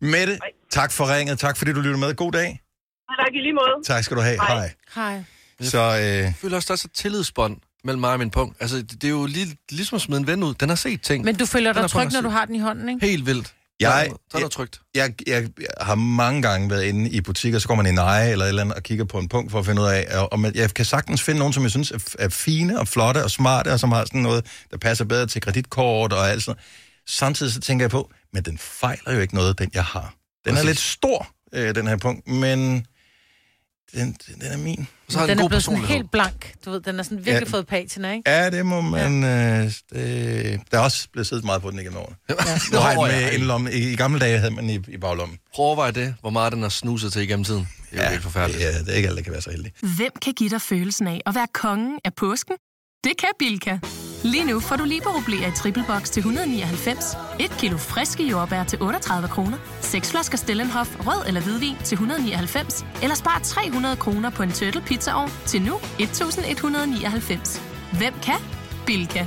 Speaker 1: Mette, tak for ringet. Tak fordi du lytter med. God dag.
Speaker 5: Nej, tak i lige måde.
Speaker 1: Tak skal du have.
Speaker 5: Hej.
Speaker 1: Hej.
Speaker 2: Hej.
Speaker 1: Så, øh,
Speaker 3: Jeg føler også, der er så et tillidsbånd mellem mig og min punkt. Altså, det, det er jo lige, ligesom at smide en ven ud. Den har set ting.
Speaker 2: Men du føler
Speaker 3: Mm. Den er
Speaker 2: dig tryg,
Speaker 3: på
Speaker 2: når du
Speaker 3: mig
Speaker 2: har den i hånden, ikke?
Speaker 3: Helt vildt.
Speaker 1: Jeg-
Speaker 3: Der, er- der er noget trygt.
Speaker 1: jeg, jeg, jeg har mange gange været inde i butikker, så går man i neje eller et eller andet og kigger på en punkt for at finde ud af, og- og man, jeg kan sagtens finde nogen, som jeg synes er, f- er fine og flotte og smarte, og som har sådan noget, der passer bedre til kreditkort og alt sådan noget. Samtidig så tænker jeg på, men den fejler jo ikke noget, den jeg har. Den er
Speaker 3: Præcis.
Speaker 1: lidt stor, øh, den her punkt, men den, den er min.
Speaker 3: Og så har den,
Speaker 2: Den
Speaker 3: en
Speaker 2: er
Speaker 3: god
Speaker 2: blevet sådan
Speaker 3: personlighed.
Speaker 2: helt blank. Du ved, den er sådan virkelig
Speaker 1: Ja.
Speaker 2: fået patina, ikke?
Speaker 1: Ja, det må man... Ja. Øh, det, der er også blevet siddet meget på den igennem årene. Ja. Nu har
Speaker 3: Nå,
Speaker 1: jeg den
Speaker 3: ja.
Speaker 1: med indlommen. I, I gamle dage havde man den i, i baglommen.
Speaker 3: Prøv at overveje det, hvor meget den har snuset til igennem tiden. Det er jo helt forfærdeligt.
Speaker 1: Ja, det er ikke alle, der kan være så heldige.
Speaker 9: Hvem kan give dig følelsen af at være kongen af påsken? Det kan Bilka! Lige nu får du liberobleer i triple box til 199, et kilo friske jordbær til 38 kroner, seks flasker Stellenhof rød eller hvidvin til 199, eller spar 300 kroner på en turtle pizzaovn til nu 1199. Hvem kan? Bilka!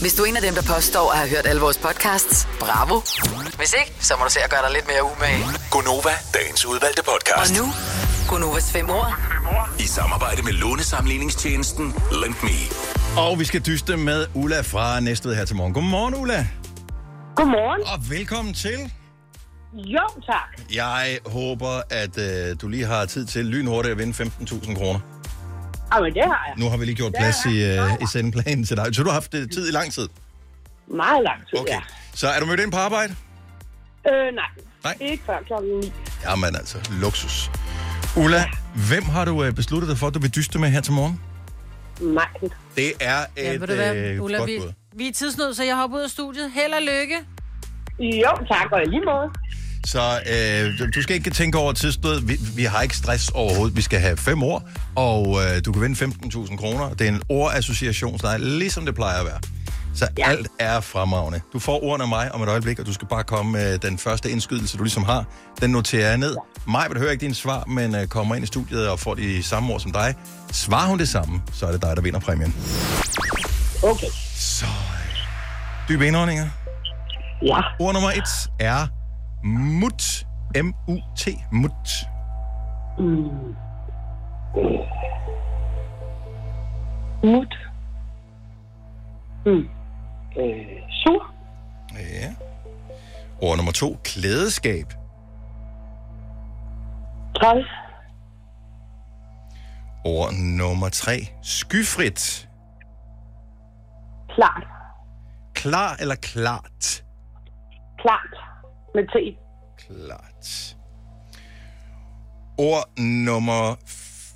Speaker 4: Hvis du er en af dem, der påstår at have hørt alle vores podcasts, bravo. Hvis ikke, så må du se at gøre dig lidt mere umage.
Speaker 6: Gonova, dagens udvalgte podcast.
Speaker 4: Og nu, Gunovas fem år.
Speaker 6: I samarbejde med lånesamligningstjenesten Lend Me.
Speaker 1: Og vi skal dyste med Ulla fra Næstved her til morgen. Godmorgen, Ulla.
Speaker 5: Godmorgen.
Speaker 1: Og velkommen til.
Speaker 5: Jo, tak.
Speaker 1: Jeg håber, at øh, du lige har tid til lynhurtigt at vinde 15.000 kroner.
Speaker 5: Jamen, det har jeg.
Speaker 1: Nu har vi lige gjort
Speaker 5: Ja,
Speaker 1: plads i, øh, i sendeplanen til dig. Så du har haft øh, tid i lang tid.
Speaker 5: Meget lang tid,
Speaker 1: Okay.
Speaker 5: ja.
Speaker 1: Så er du mødt ind på arbejde?
Speaker 5: Øh, nej.
Speaker 1: Nej.
Speaker 5: Ikke før klokken 9.
Speaker 1: Jamen altså, luksus. Ulla, hvem har du øh, besluttet dig for, at du vil dyste med her til morgen?
Speaker 5: Nej.
Speaker 1: Det er et
Speaker 2: Ja,
Speaker 1: ja,
Speaker 2: ved du hvad,
Speaker 1: øh,
Speaker 2: Ulla,
Speaker 1: godt
Speaker 2: vi,
Speaker 1: bud.
Speaker 2: vi er i tidsnød, så jeg hopper ud af studiet. Held og lykke.
Speaker 5: Jo, tak, og i lige måde.
Speaker 1: Så øh, du- du skal ikke tænke over tidsdød. Vi, vi har ikke stress overhovedet. Vi skal have fem år, og øh, du kan vinde 15.000 kroner. Det er en ordassociationsleg, ligesom det plejer at være. Så ja. alt er fremragende. Du får ordene af mig om et øjeblik, og du skal bare komme med den første indskydelse, du ligesom har. Den noterer jeg ned. Mig vil høre ikke dine svar, men øh, kommer ind i studiet og får de samme ord som dig. Svarer hun det samme, så er det dig, der vinder præmien.
Speaker 5: Okay.
Speaker 1: Så dybe indåndinger.
Speaker 5: Ja.
Speaker 1: Ord nummer et er mut. M-U-T. Mut.
Speaker 5: Mm. Mut. Mm. Øh, sur.
Speaker 1: Ja. Ord nummer to. Klædeskab.
Speaker 5: Træl.
Speaker 1: Ord nummer tre. Skyfrit.
Speaker 5: Klart.
Speaker 1: Klar eller klart?
Speaker 5: Klart. Med T.
Speaker 1: Klart. Ord nummer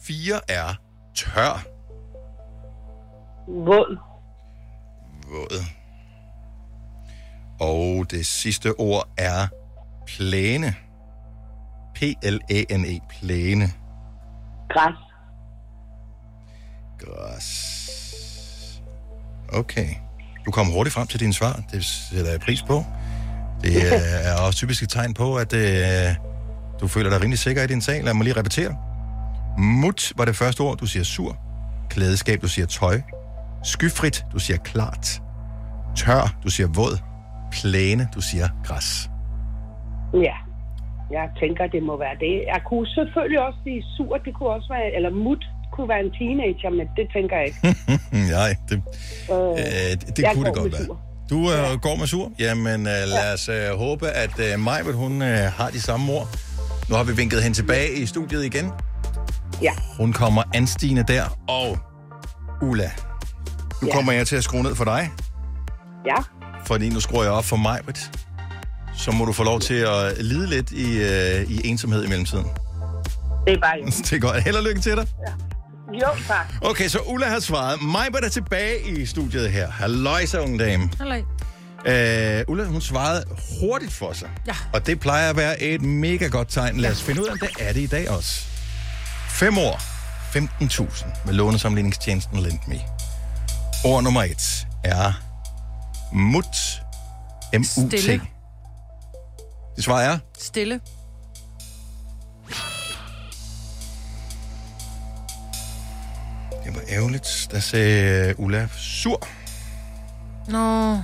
Speaker 1: fire er tør.
Speaker 5: Våd.
Speaker 1: Våd. Og det sidste ord er plæne. P-L-A-N-E. E, Plæne.
Speaker 5: Græs.
Speaker 1: Græs. Okay. Du kom hurtigt frem til dine svar. Det sætter jeg pris på. Det øh, er også typisk et tegn på, at øh, du føler dig rimelig sikker i din sag. Lad mig lige repetere. Mut var det første ord, du siger sur. Klædeskab, du siger tøj. Skyfrit, du siger klart. Tør, du siger våd. Plæne, du siger græs.
Speaker 5: Ja.
Speaker 10: Jeg tænker, det må være det. Jeg kunne selvfølgelig også blive sur, det kunne også være, eller mut kunne være en teenager, men det tænker jeg ikke.
Speaker 1: Mm, Nej, det,
Speaker 10: Øh,
Speaker 1: øh, det, det
Speaker 10: jeg
Speaker 1: kunne det
Speaker 10: går
Speaker 1: godt
Speaker 10: med
Speaker 1: være. Du øh, ja. går med sur. Jamen, øh, lad os øh, håbe, at øh, Majbet, hun øh, har de samme ord. Nu har vi vinket hende tilbage i studiet igen.
Speaker 10: Ja.
Speaker 1: Hun kommer anstigende der, og Ulla, nu ja. kommer jeg til at skrue ned for dig,
Speaker 10: Ja,
Speaker 1: fordi nu skruer jeg op for Majbet. Så må du få lov til at lide lidt i, øh, i ensomhed i mellemtiden. *laughs*
Speaker 10: det er bare jo.
Speaker 1: Det er godt. Held og lykke til dig.
Speaker 10: Jo, tak.
Speaker 1: Okay, så Ulla har svaret. Majbert er tilbage i studiet her. Halløjsa, unge dame.
Speaker 2: Halløj.
Speaker 1: Øh, Ulla, hun svarede hurtigt for sig.
Speaker 2: Ja.
Speaker 1: Og det plejer at være et mega godt tegn. Lad os finde ud af, om det er det i dag også. 5 år. 15.000 med lånesamligningstjenesten Lendme. Ord nummer et er mut. M-U-T.
Speaker 2: Stille.
Speaker 1: Det svar er?
Speaker 2: Stille.
Speaker 1: Det var ærgerligt. Der sagde Ulla sur.
Speaker 2: Nå,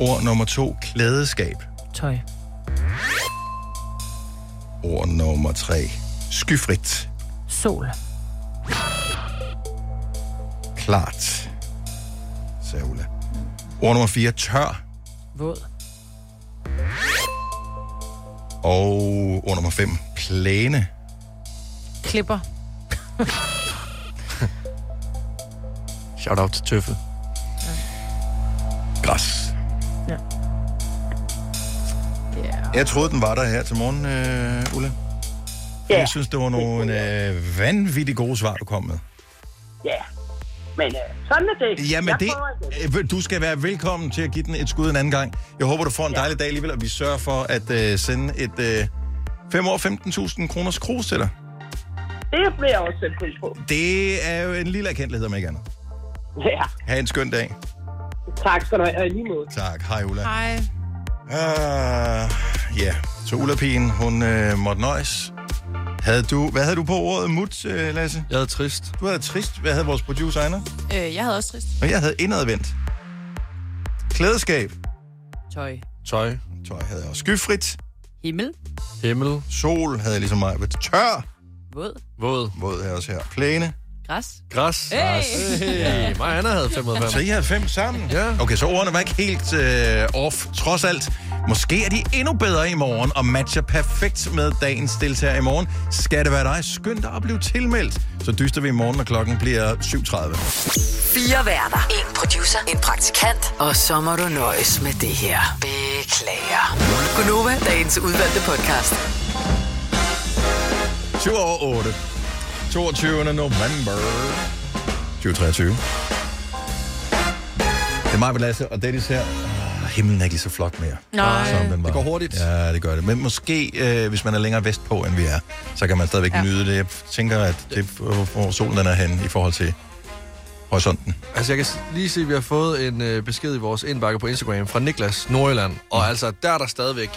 Speaker 1: Ord nummer to, klædeskab.
Speaker 2: tøj.
Speaker 1: Ord nummer tre, skyfrit.
Speaker 2: Sol.
Speaker 1: Klart, sagde Ulla. Ord nummer fire, tør.
Speaker 2: Våd.
Speaker 1: Og ord nummer fem, plæne.
Speaker 2: Klipper.
Speaker 3: Shout out til Tøffe.
Speaker 1: Græs.
Speaker 2: Ja. Yeah.
Speaker 1: Jeg troede, den var der her til morgen, øh, Ulla.
Speaker 10: Ja.
Speaker 1: Jeg synes, det var nogle øh, vanvittigt gode svar, du kom med.
Speaker 10: Ja, men øh, sådan er det.
Speaker 1: Jamen,
Speaker 10: Jeg
Speaker 1: det,
Speaker 10: prøver igen.
Speaker 1: øh, du skal være velkommen til at give den et skud en anden gang. Jeg håber, du får en dejlig dag alligevel, og vi sørger for at øh, sende et øh, 5 år 15.000 kroners krus til dig.
Speaker 10: Det bliver jeg også sætte pris på.
Speaker 1: Det er jo en lille erkendelighed, om ikke andet.
Speaker 10: Ja,
Speaker 1: Ha' en skøn dag.
Speaker 10: tak skal du have, og i lige måde.
Speaker 1: Tak. Hej, Ulla.
Speaker 2: Hej.
Speaker 1: Uh, ja, så Ulla-pigen, hun øh, måtte nøjes. Havde du, hvad havde du på ordet mut, øh, Lasse?
Speaker 3: Jeg er trist.
Speaker 1: Du havde trist. Hvad havde vores producer, Anna?
Speaker 11: Øh, jeg havde også trist.
Speaker 1: Og jeg havde indadvendt. Klædeskab.
Speaker 11: Tøj.
Speaker 3: Tøj.
Speaker 1: Tøj havde jeg også. Skyfrit.
Speaker 11: Himmel.
Speaker 3: Himmel.
Speaker 1: Sol havde jeg ligesom mig. Tør.
Speaker 11: Våd.
Speaker 3: Våd.
Speaker 1: Våd her også her. Plæne.
Speaker 11: Græs.
Speaker 3: Græs.
Speaker 11: Hey!
Speaker 3: Græs. Hey, mig og Anna havde 5 ud af 5.
Speaker 1: Så I havde fem sammen? Ja. Okay, så ordene var ikke helt øh, off, trods alt. Måske er de endnu bedre i morgen og matcher perfekt med dagens deltager i morgen. Skal det være dig, skynd dig at blive tilmeldt. Så dyster vi i morgen, når klokken bliver 7.30.
Speaker 4: Fire værter. En producer. En praktikant. Og så må du nøjes med det her. Beklager. Gunova, dagens udvalgte podcast.
Speaker 1: 7 over 8. 22. november 2023. Det er mig, Lasse og Dennis her. Ah, Himlen er ikke lige så flot mere.
Speaker 3: Nej.
Speaker 1: Som den var.
Speaker 3: Det går hurtigt.
Speaker 1: Ja, det gør det. Men måske, øh, hvis man er længere vestpå, end vi er, så kan man stadigvæk ja. nyde det. Jeg tænker, at det hvor hvor solen den er henne i forhold til horisonten.
Speaker 3: Altså, jeg kan s- lige se, at vi har fået en øh, besked i vores indbakke på Instagram fra Niklas Nordjylland. Og
Speaker 1: Mm.
Speaker 3: altså, der er der stadigvæk.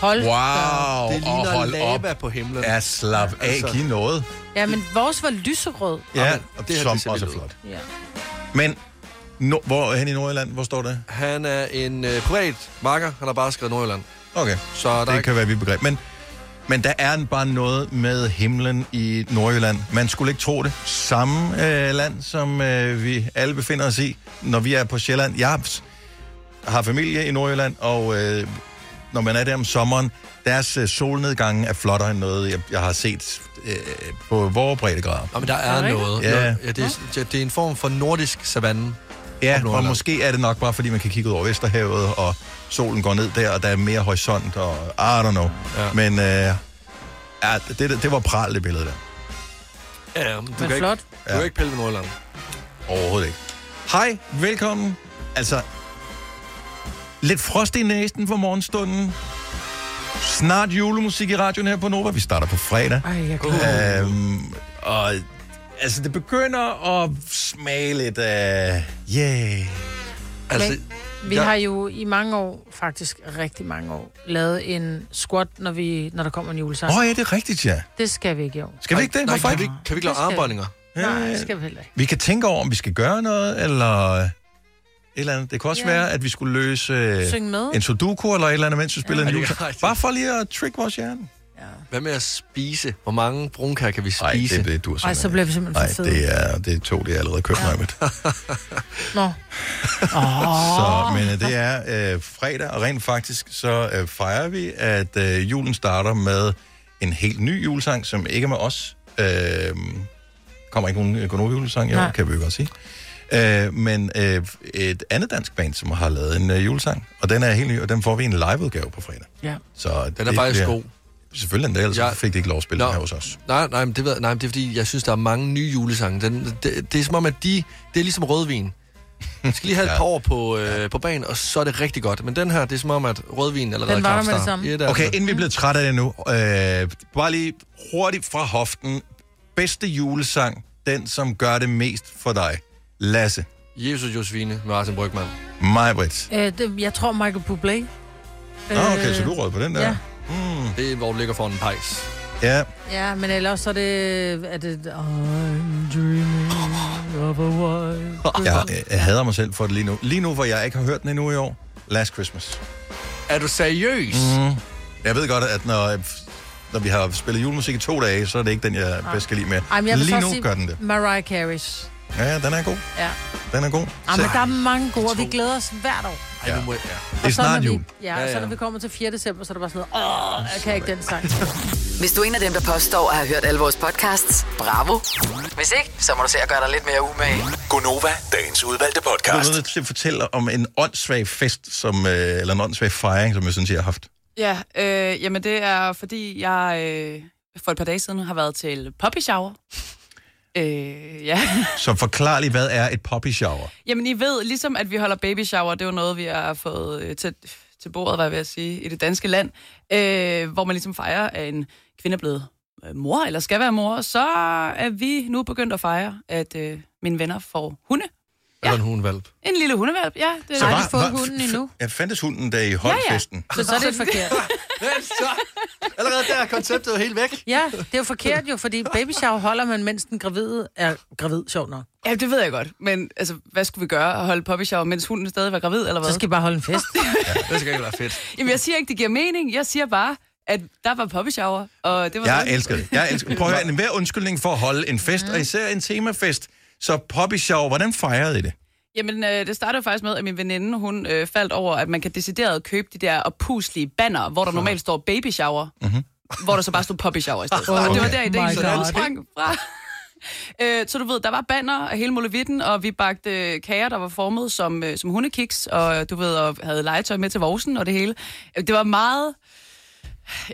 Speaker 2: Hold
Speaker 1: wow,
Speaker 2: da op.
Speaker 3: Det ligner lava på himlen.
Speaker 1: Ja, slap af,
Speaker 3: Altså.
Speaker 1: giv noget.
Speaker 2: Ja, men vores var lyserød.
Speaker 1: Ja,
Speaker 3: Jamen,
Speaker 1: og
Speaker 3: det
Speaker 1: det
Speaker 3: her,
Speaker 1: som
Speaker 3: det ser
Speaker 1: også er
Speaker 3: vildt ud.
Speaker 1: flot.
Speaker 2: Ja.
Speaker 1: Men, no, hvor hen i Nordjylland, hvor står det?
Speaker 3: Han er en øh, privat marker. Han har bare skrevet Nordjylland.
Speaker 1: Okay,
Speaker 3: Så der er
Speaker 1: det
Speaker 3: ikke-
Speaker 1: kan være vi begreb. Men, men der er en- bare noget med himlen i Nordjylland. Man skulle ikke tro det. Samme øh, land, som øh, vi alle befinder os i, når vi er på Sjælland. Jeg har- har familie i Nordjylland, og øh, når man er der om sommeren, deres øh, solnedgange er flottere end noget, jeg, jeg har set øh, på vores breddegrader.
Speaker 3: Jamen, der er, noget.
Speaker 1: Ja,
Speaker 3: Noget- ja det, er, ja, det er en form for nordisk savanne.
Speaker 1: Ja, og måske er det nok bare, fordi man kan kigge ud over Vesterhavet, og solen går ned der, og der er mere horisont, og I don't know. Ja. Men øh, ja, det, det var pral, det billede der.
Speaker 3: Ja, men du
Speaker 1: Men
Speaker 3: kan
Speaker 1: flot.
Speaker 3: Ikke, du kan
Speaker 1: Ja.
Speaker 3: ikke pille ved Nordjylland.
Speaker 1: Overhovedet ikke. Hej, velkommen. Altså, lidt frost i næsen for morgenstunden. Snart julemusik i radioen her på Nova. Vi starter på fredag.
Speaker 2: Ej, jeg
Speaker 1: kan øhm, Og altså, det begynder at smage lidt af... Yeah.
Speaker 2: Altså, Men vi har jo i mange år, faktisk rigtig mange år, lavet en squat, når, vi, når der kommer en julesang.
Speaker 1: Åh, oh, ja, det er rigtigt, ja.
Speaker 2: Det skal vi ikke i år.
Speaker 1: Skal vi ikke det?
Speaker 3: Nej,
Speaker 1: Hvorfor
Speaker 3: kan vi,
Speaker 1: ikke?
Speaker 3: ikke- kan vi ikke
Speaker 2: Det
Speaker 3: lave
Speaker 2: skal vi.
Speaker 3: armbøjninger?
Speaker 2: Nej, det skal vi heller ikke.
Speaker 1: Vi kan tænke over, om vi skal gøre noget, eller... eller andet. Det kunne også
Speaker 2: Ja.
Speaker 1: ja. være, at vi skulle løse øh,
Speaker 2: Synge med.
Speaker 1: en sudoku eller et eller andet, mens vi spillede
Speaker 3: Ja.
Speaker 1: ja. en
Speaker 3: Ja, det er
Speaker 1: jule. Bare for lige at trick vores hjerne.
Speaker 3: Hvad med at spise? Hvor mange brunkager kan vi spise? Nej,
Speaker 1: det, det dur
Speaker 2: Ej, så bliver vi simpelthen for fede.
Speaker 1: det er, det er to, det er allerede købt mig med.
Speaker 2: Nå.
Speaker 1: Så, men øh, det er øh, fredag, og rent faktisk så øh, fejrer vi, at øh, julen starter med en helt ny julesang, som ikke er med os. Øh, kommer ikke nogen konobi julesang i år,
Speaker 12: Nej.
Speaker 1: kan vi jo godt sige. Øh, men øh, et andet dansk band, som har lavet en øh, julesang, og den er helt ny, og den får vi en liveudgave på fredag.
Speaker 2: Ja.
Speaker 1: Så den
Speaker 3: er faktisk god.
Speaker 1: Selvfølgelig er den det, ellers
Speaker 3: Jeg-
Speaker 1: jeg... fik det ikke lov at spille
Speaker 3: Nå.
Speaker 1: den her hos os.
Speaker 3: Nej, nej, men det, ved, nej, men det er fordi, jeg synes, der er mange nye julesange. Den, det, det er som om, at de... Det er ligesom rødvin. Man skal lige
Speaker 1: *laughs*
Speaker 3: have et par år på, øh, på banen, og så er det rigtig godt. Men den her, det er som om, at rødvin allerede
Speaker 1: Den var der med det
Speaker 3: knapstarter.
Speaker 1: samme.
Speaker 3: Ja, er
Speaker 1: Okay,
Speaker 3: altså.
Speaker 1: inden vi bliver trætte af det nu, øh, bare lige hurtigt fra hoften. Bedste julesang, den som gør det mest for dig. Lasse,
Speaker 3: Jesus Josefine med Martin Brygman.
Speaker 1: mig, Britt.
Speaker 2: Øh, det, jeg tror Michael Bublé. Øh,
Speaker 1: Nå, okay, så du råd på den der.
Speaker 2: Ja.
Speaker 1: Mm.
Speaker 3: Det er, hvor du ligger foran en pejs.
Speaker 1: Ja,
Speaker 2: Ja, men ellers så er det... Er det øh, I'm dreaming of a white...
Speaker 1: jeg, jeg hader mig selv for det lige nu. Lige nu, hvor jeg ikke har hørt den endnu i år. Last Christmas.
Speaker 3: Er du seriøs?
Speaker 1: Mm. Jeg ved godt, at når, når vi har spillet julemusik i to dage, så er det ikke den, jeg
Speaker 2: Nej.
Speaker 1: bedst kan lide mere.
Speaker 2: Ej, men jeg vil
Speaker 1: lige
Speaker 2: så
Speaker 1: nu
Speaker 2: sige
Speaker 1: gør den det.
Speaker 2: Mariah Carey's.
Speaker 1: Ja, den er god.
Speaker 2: Ja.
Speaker 1: Den er god.
Speaker 2: Ej, men
Speaker 1: Så-
Speaker 2: der er mange gode, og vi glæder os hvert år.
Speaker 1: Ja.
Speaker 2: Og
Speaker 1: Det er
Speaker 2: så, når
Speaker 1: snart
Speaker 2: vi-
Speaker 1: jul.
Speaker 2: Ja, og så når vi kommer til 4. december, så er det bare sådan noget, åh, jeg kan ikke den *laughs* sang.
Speaker 4: Hvis du er en af dem, der påstår at have hørt alle vores podcasts, bravo. Hvis ikke, så må du se at gøre dig lidt mere umage.
Speaker 6: Gonova, dagens udvalgte podcast.
Speaker 1: Du er nødt til at fortælle om en åndssvag fest, som, øh, eller en åndssvag fejring, som jeg synes, jeg har haft.
Speaker 11: Ja, øh, jamen det er, fordi jeg øh, for et par dage siden har været til poppy shower. Øh, ja. *laughs*
Speaker 1: Så forklar lige, hvad er et poppy shower?
Speaker 11: Jamen I ved, ligesom at vi holder baby shower, det er jo noget, vi har fået øh, til, til bordet, var jeg ved at sige, i det danske land, øh, hvor man ligesom fejrer, at en kvinde er blevet øh, mor, eller skal være mor, så er vi nu begyndt at fejre, at øh, mine venner får hunde.
Speaker 3: Eller en hundvalp.
Speaker 11: En lille hundevalp, ja. Det,
Speaker 1: Så var- var- Ja, fandtes hunden, da I holdt festen?
Speaker 2: Så, så er det forkert.
Speaker 3: Allerede der er konceptet jo helt væk.
Speaker 2: Ja, det er jo forkert jo, fordi baby shower holder man, mens den gravide er gravid, sjov nok.
Speaker 11: Ja, det ved jeg godt. Men altså, hvad skulle vi gøre? At holde poppy shower, mens hunden stadig var gravid, eller hvad?
Speaker 2: Så skal I bare holde en fest.
Speaker 3: Det skal ikke være fedt.
Speaker 11: Jamen, jeg siger ikke, det giver mening. Jeg siger bare, at der var poppy shower, og det var
Speaker 1: Jeg
Speaker 11: sådan.
Speaker 1: elsker det. Jeg elsker Prøv at høre, enhver undskyldning for at holde en fest,
Speaker 11: Mhm.
Speaker 1: og især en temafest. Så poppy shower, hvordan fejrede I det?
Speaker 11: Jamen, øh, det startede jo faktisk med, at min veninde, hun øh, faldt over, at man kan decideret købe de der opuslige banner, hvor der normalt står baby shower,
Speaker 1: Mhm.
Speaker 11: hvor der så bare stod poppy shower i stedet. for.
Speaker 1: Okay.
Speaker 11: Og det var der ideen,
Speaker 1: My
Speaker 11: så
Speaker 1: God.
Speaker 11: den sprang fra. *laughs* Øh, Så du ved, der var banner og hele molevitten, og vi bagte øh, kager, der var formet som, øh, som hundekiks, og øh, du ved, og havde legetøj med til vorsen og det hele. Øh, Det var meget...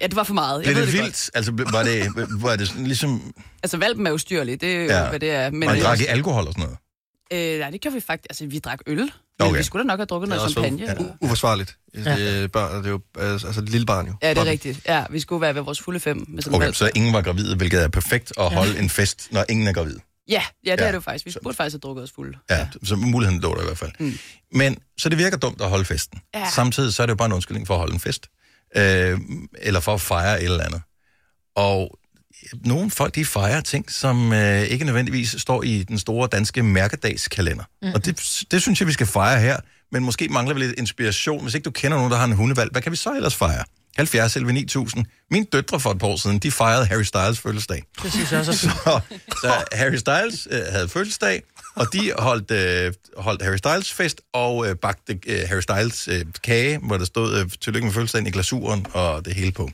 Speaker 11: Ja, det var for meget. Jeg
Speaker 1: Blev
Speaker 11: ved
Speaker 1: det,
Speaker 11: det
Speaker 1: vildt? Altså, ble- var det, var det sådan, ligesom...
Speaker 11: Godt. Altså, valpen er ustyrlig, det er ja. hvad det er.
Speaker 1: Men og I drak I alkohol og sådan noget?
Speaker 11: Øh, nej, det gjorde vi faktisk. Altså, vi drak øl. Okay. Men
Speaker 1: Okay.
Speaker 11: vi skulle da nok have drukket noget champagne.
Speaker 3: ja.
Speaker 11: eller-
Speaker 3: u- uforsvarligt. Ja. Det, er børn, det er jo altså altså et lille barn jo.
Speaker 11: Ja, det er rigtigt. Ja, vi skulle være ved vores fulde fem. Med sådan en
Speaker 1: Okay,
Speaker 11: valg.
Speaker 1: så ingen var gravide, hvilket er perfekt at holde en fest, når ingen er gravid.
Speaker 11: Ja, ja, det
Speaker 1: Ja,
Speaker 11: er det jo faktisk. Vi burde faktisk have drukket os fulde.
Speaker 1: Ja, så muligheden lå der i hvert fald. Mm. Men, så det virker dumt at holde festen.
Speaker 11: Ja.
Speaker 1: Ja. Samtidig så er det jo bare en undskyldning for at holde en fest. Øh, eller for at fejre et eller andet. Og nogle folk, de fejrer ting, som øh, ikke nødvendigvis står i den store danske mærkedagskalender. Mm. Og det, det synes jeg, vi skal fejre her. Men måske mangler vi lidt inspiration. Hvis ikke du kender nogen, der har en hundevalg, hvad kan vi så ellers fejre? 70 11 9000. Mine døtre for et par år siden, de fejrede Harry Styles fødselsdag.
Speaker 2: Det synes jeg også er
Speaker 1: *laughs*
Speaker 2: fint.
Speaker 1: Så, så Harry Styles øh, havde fødselsdag, og de holdt, øh, holdt Harry Styles fest og øh, bagte øh, Harry Styles øh, kage, hvor der stod øh, tillykke med fødselsdagen i glasuren og det hele på.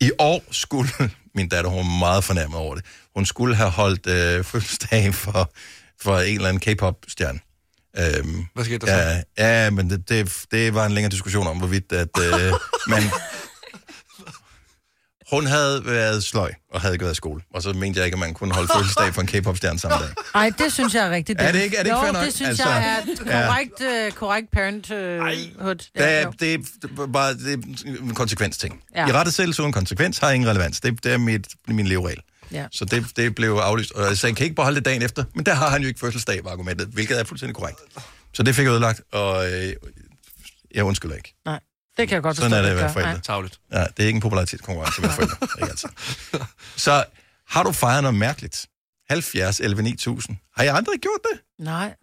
Speaker 1: I år skulle, *laughs* min datter hun var meget fornærmet over det, hun skulle have holdt øh, fødselsdag for, for en eller anden K-pop-stjerne. Øhm,
Speaker 3: Hvad skete der
Speaker 1: ja, ja, men det, det, det var en længere diskussion om, hvorvidt at øh, man... Hun havde været sløj og havde ikke været i skole, og så mente jeg ikke, at man kunne holde fødselsdag for en K-pop-stjerne samme dag.
Speaker 2: Ej, det synes jeg er rigtigt.
Speaker 1: Er det ikke- er det ikke
Speaker 2: jo,
Speaker 1: fair nok?
Speaker 2: det synes
Speaker 1: Altså,
Speaker 2: altså, jeg
Speaker 1: ja.
Speaker 2: er et korrekt, ja. korrekt parenthood.
Speaker 1: Ja,
Speaker 2: jo.
Speaker 1: det, det, var bare, det er en konsekvens-ting.
Speaker 2: Ja.
Speaker 1: Ja. I rettesættelse uden konsekvens har ingen relevans. Det, det er mit, min leveregel.
Speaker 2: Ja.
Speaker 1: Så det, det blev aflyst. Og jeg sagde, kan I ikke beholde det dagen efter? Men der har han jo ikke fødselsdag, var argumentet, hvilket er fuldstændig korrekt. Så det fik jeg ødelagt, og øh, jeg undskylder ikke.
Speaker 2: Nej, det kan jeg godt
Speaker 1: Sådan
Speaker 2: forstå.
Speaker 1: er det
Speaker 2: du
Speaker 1: at være
Speaker 2: gør.
Speaker 1: forældre.
Speaker 2: Nej.
Speaker 3: Tavligt.
Speaker 1: Ja, det er ikke en popularitetskonkurrence at være forældre.
Speaker 2: *laughs*
Speaker 1: Det er ikke altid. Så har du fejret noget mærkeligt? 70, 11, 9000. Har I andre gjort det?
Speaker 2: Nej.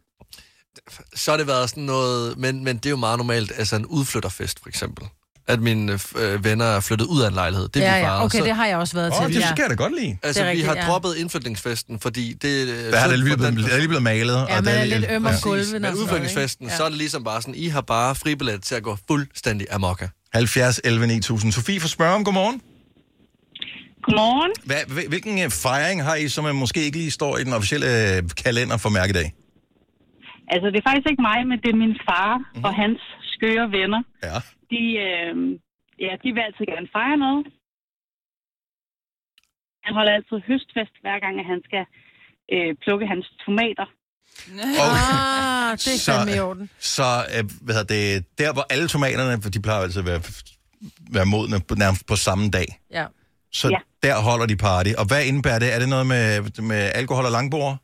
Speaker 3: så har det været sådan noget, men, men det er jo meget normalt, altså en udflytterfest for eksempel. At mine øh, venner er flyttet ud af en lejlighed. Det er
Speaker 2: ja,
Speaker 3: vi bare,
Speaker 2: ja. Okay,
Speaker 3: så,
Speaker 2: det har jeg også været
Speaker 1: Åh,
Speaker 2: til.
Speaker 1: det
Speaker 2: ja.
Speaker 1: skal jeg da godt lide.
Speaker 3: Altså,
Speaker 2: Det er
Speaker 3: rigtigt, vi
Speaker 2: rigtigt,
Speaker 3: har
Speaker 2: ja.
Speaker 3: droppet indflytningsfesten, fordi det... øh,
Speaker 1: Der er det lige blevet, der er lige blevet malet.
Speaker 2: Ja,
Speaker 1: og
Speaker 2: man
Speaker 1: der
Speaker 2: er lidt øm om
Speaker 1: ja.
Speaker 2: gulvet og sådan
Speaker 3: Men
Speaker 2: noget,
Speaker 3: udflytningsfesten,
Speaker 2: ikke?
Speaker 3: så er det ligesom bare sådan, I har bare fribillet til at gå fuldstændig amok.
Speaker 1: 70 11 9000. Sofie fra Spørgum, godmorgen.
Speaker 12: Godmorgen.
Speaker 1: Hvad, hvil- hvilken øh, fejring har I, som øh, måske ikke lige står i den officielle øh, kalender for mærkedag?
Speaker 12: Altså, det er faktisk ikke mig, men det er min far mm-hmm. og hans skøre venner.
Speaker 1: Ja.
Speaker 12: De, øh, ja, de vil altid gerne fejre noget. Han holder altid høstfest, hver gang at han skal øh, plukke hans tomater.
Speaker 2: Ah, det er
Speaker 1: Så-
Speaker 2: fandme i orden.
Speaker 1: Så øh, hvad hedder det, der, hvor alle tomaterne, for de plejer altid at være, være modne på, nærmest på samme dag.
Speaker 2: Ja.
Speaker 1: Så ja. der holder de party. Og hvad indebærer det? Er det noget med, med alkohol og langbord?